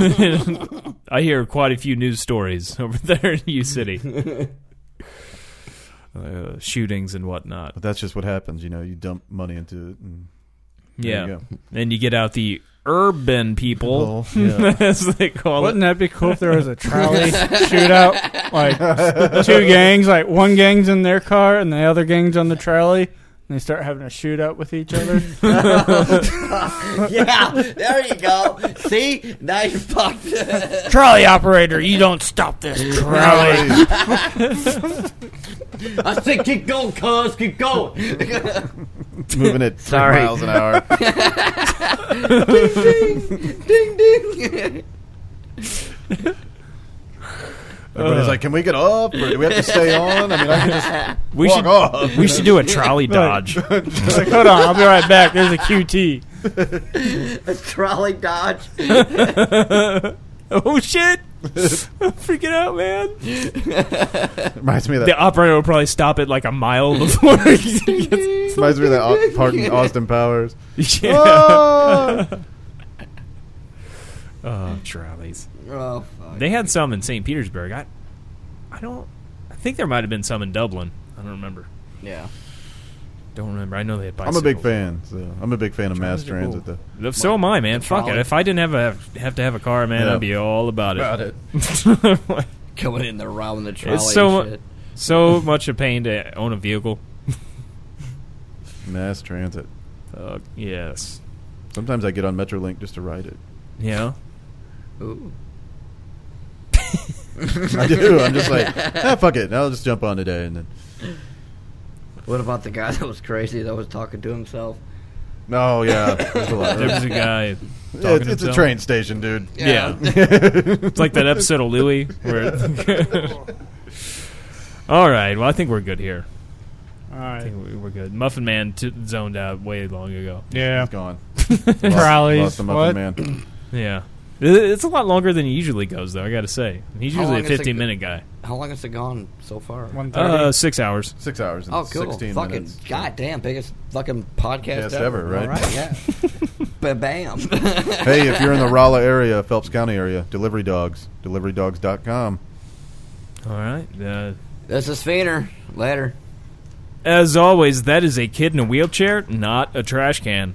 I hear quite a few news stories over there in U City, uh, shootings and whatnot.
but that's just what happens. You know, you dump money into it. And there
Yeah,
you go.
then you get out the urban people,
Well, yeah.
as they call
Wouldn't
it.
that be cool if there was a trolley shootout? Like two gangs, like one gang's in their car and the other gang's on the trolley, and they start having a shootout with each other.
yeah, there you go. See, now you fucked.
trolley operator, you don't stop this trolley.
I said, keep going, cuz, keep going.
moving at three
Sorry.
miles an hour.
ding, ding.
Everybody's
Ugh.
like, can we get up? Or do we have to stay on? I mean, I can just
We
walk
should
off.
we should do a trolley dodge.
like, hold on, I'll be right back. There's a QT.
A trolley dodge.
oh shit! I'm freaking out, man.
Reminds me of
The
that.
operator will probably stop it like a mile before. he gets,
Reminds me of that. Au- Pardon, Austin Powers.
yeah.
Oh!
Oh, trolleys.
Oh, fuck.
They had some in St. Petersburg. I, I don't. I think there might have been some in Dublin. I don't remember.
Yeah.
Don't remember. I know they had.
I'm a big
bicycles.
fan. So I'm a big fan of mass transit. Though.
So am I, man. Fuck it.
trolley.
If I didn't have a have to have a car, man,
Yeah.
I'd be all about it.
it.
Going in there round the trolley.
it's so
and shit.
so much a pain to own a vehicle.
Mass transit.
Uh, yes.
Sometimes I get on MetroLink just to ride it.
Yeah.
Ooh.
I do. I'm just like, ah, fuck it. I'll just jump on today, and then
What about the guy that was crazy that was talking to himself?
Oh,
no, yeah, there's a lot.
There was a guy.
Yeah,
talking
it's,
to
it's a
himself.
train station, dude.
Yeah. it's like that episode of Louie where. All right. Well, I think we're good here.
All
I
right.
think we- we're good. Muffin Man t- zoned out way long ago.
Yeah.
He's gone. Lost-
Trolleys.
Lost the
what?
Muffin Man.
Yeah. I- It's a lot longer than he usually goes, though. I got to say, he's
How
usually a
long is it
15 minute guy.
How long has it gone so far?
One thirty.
Uh, six hours.
Six hours and
Oh, cool.
16
Fucking
minutes.
goddamn biggest fucking podcast
Best ever, right?
All right, yeah. ba bam.
hey, if you're in the Rolla area, Phelps County area, Delivery Dogs, deliverydogs.com.
All right. Uh,
this is Feener. Later.
as always, that is a kid in a wheelchair, not a trash can.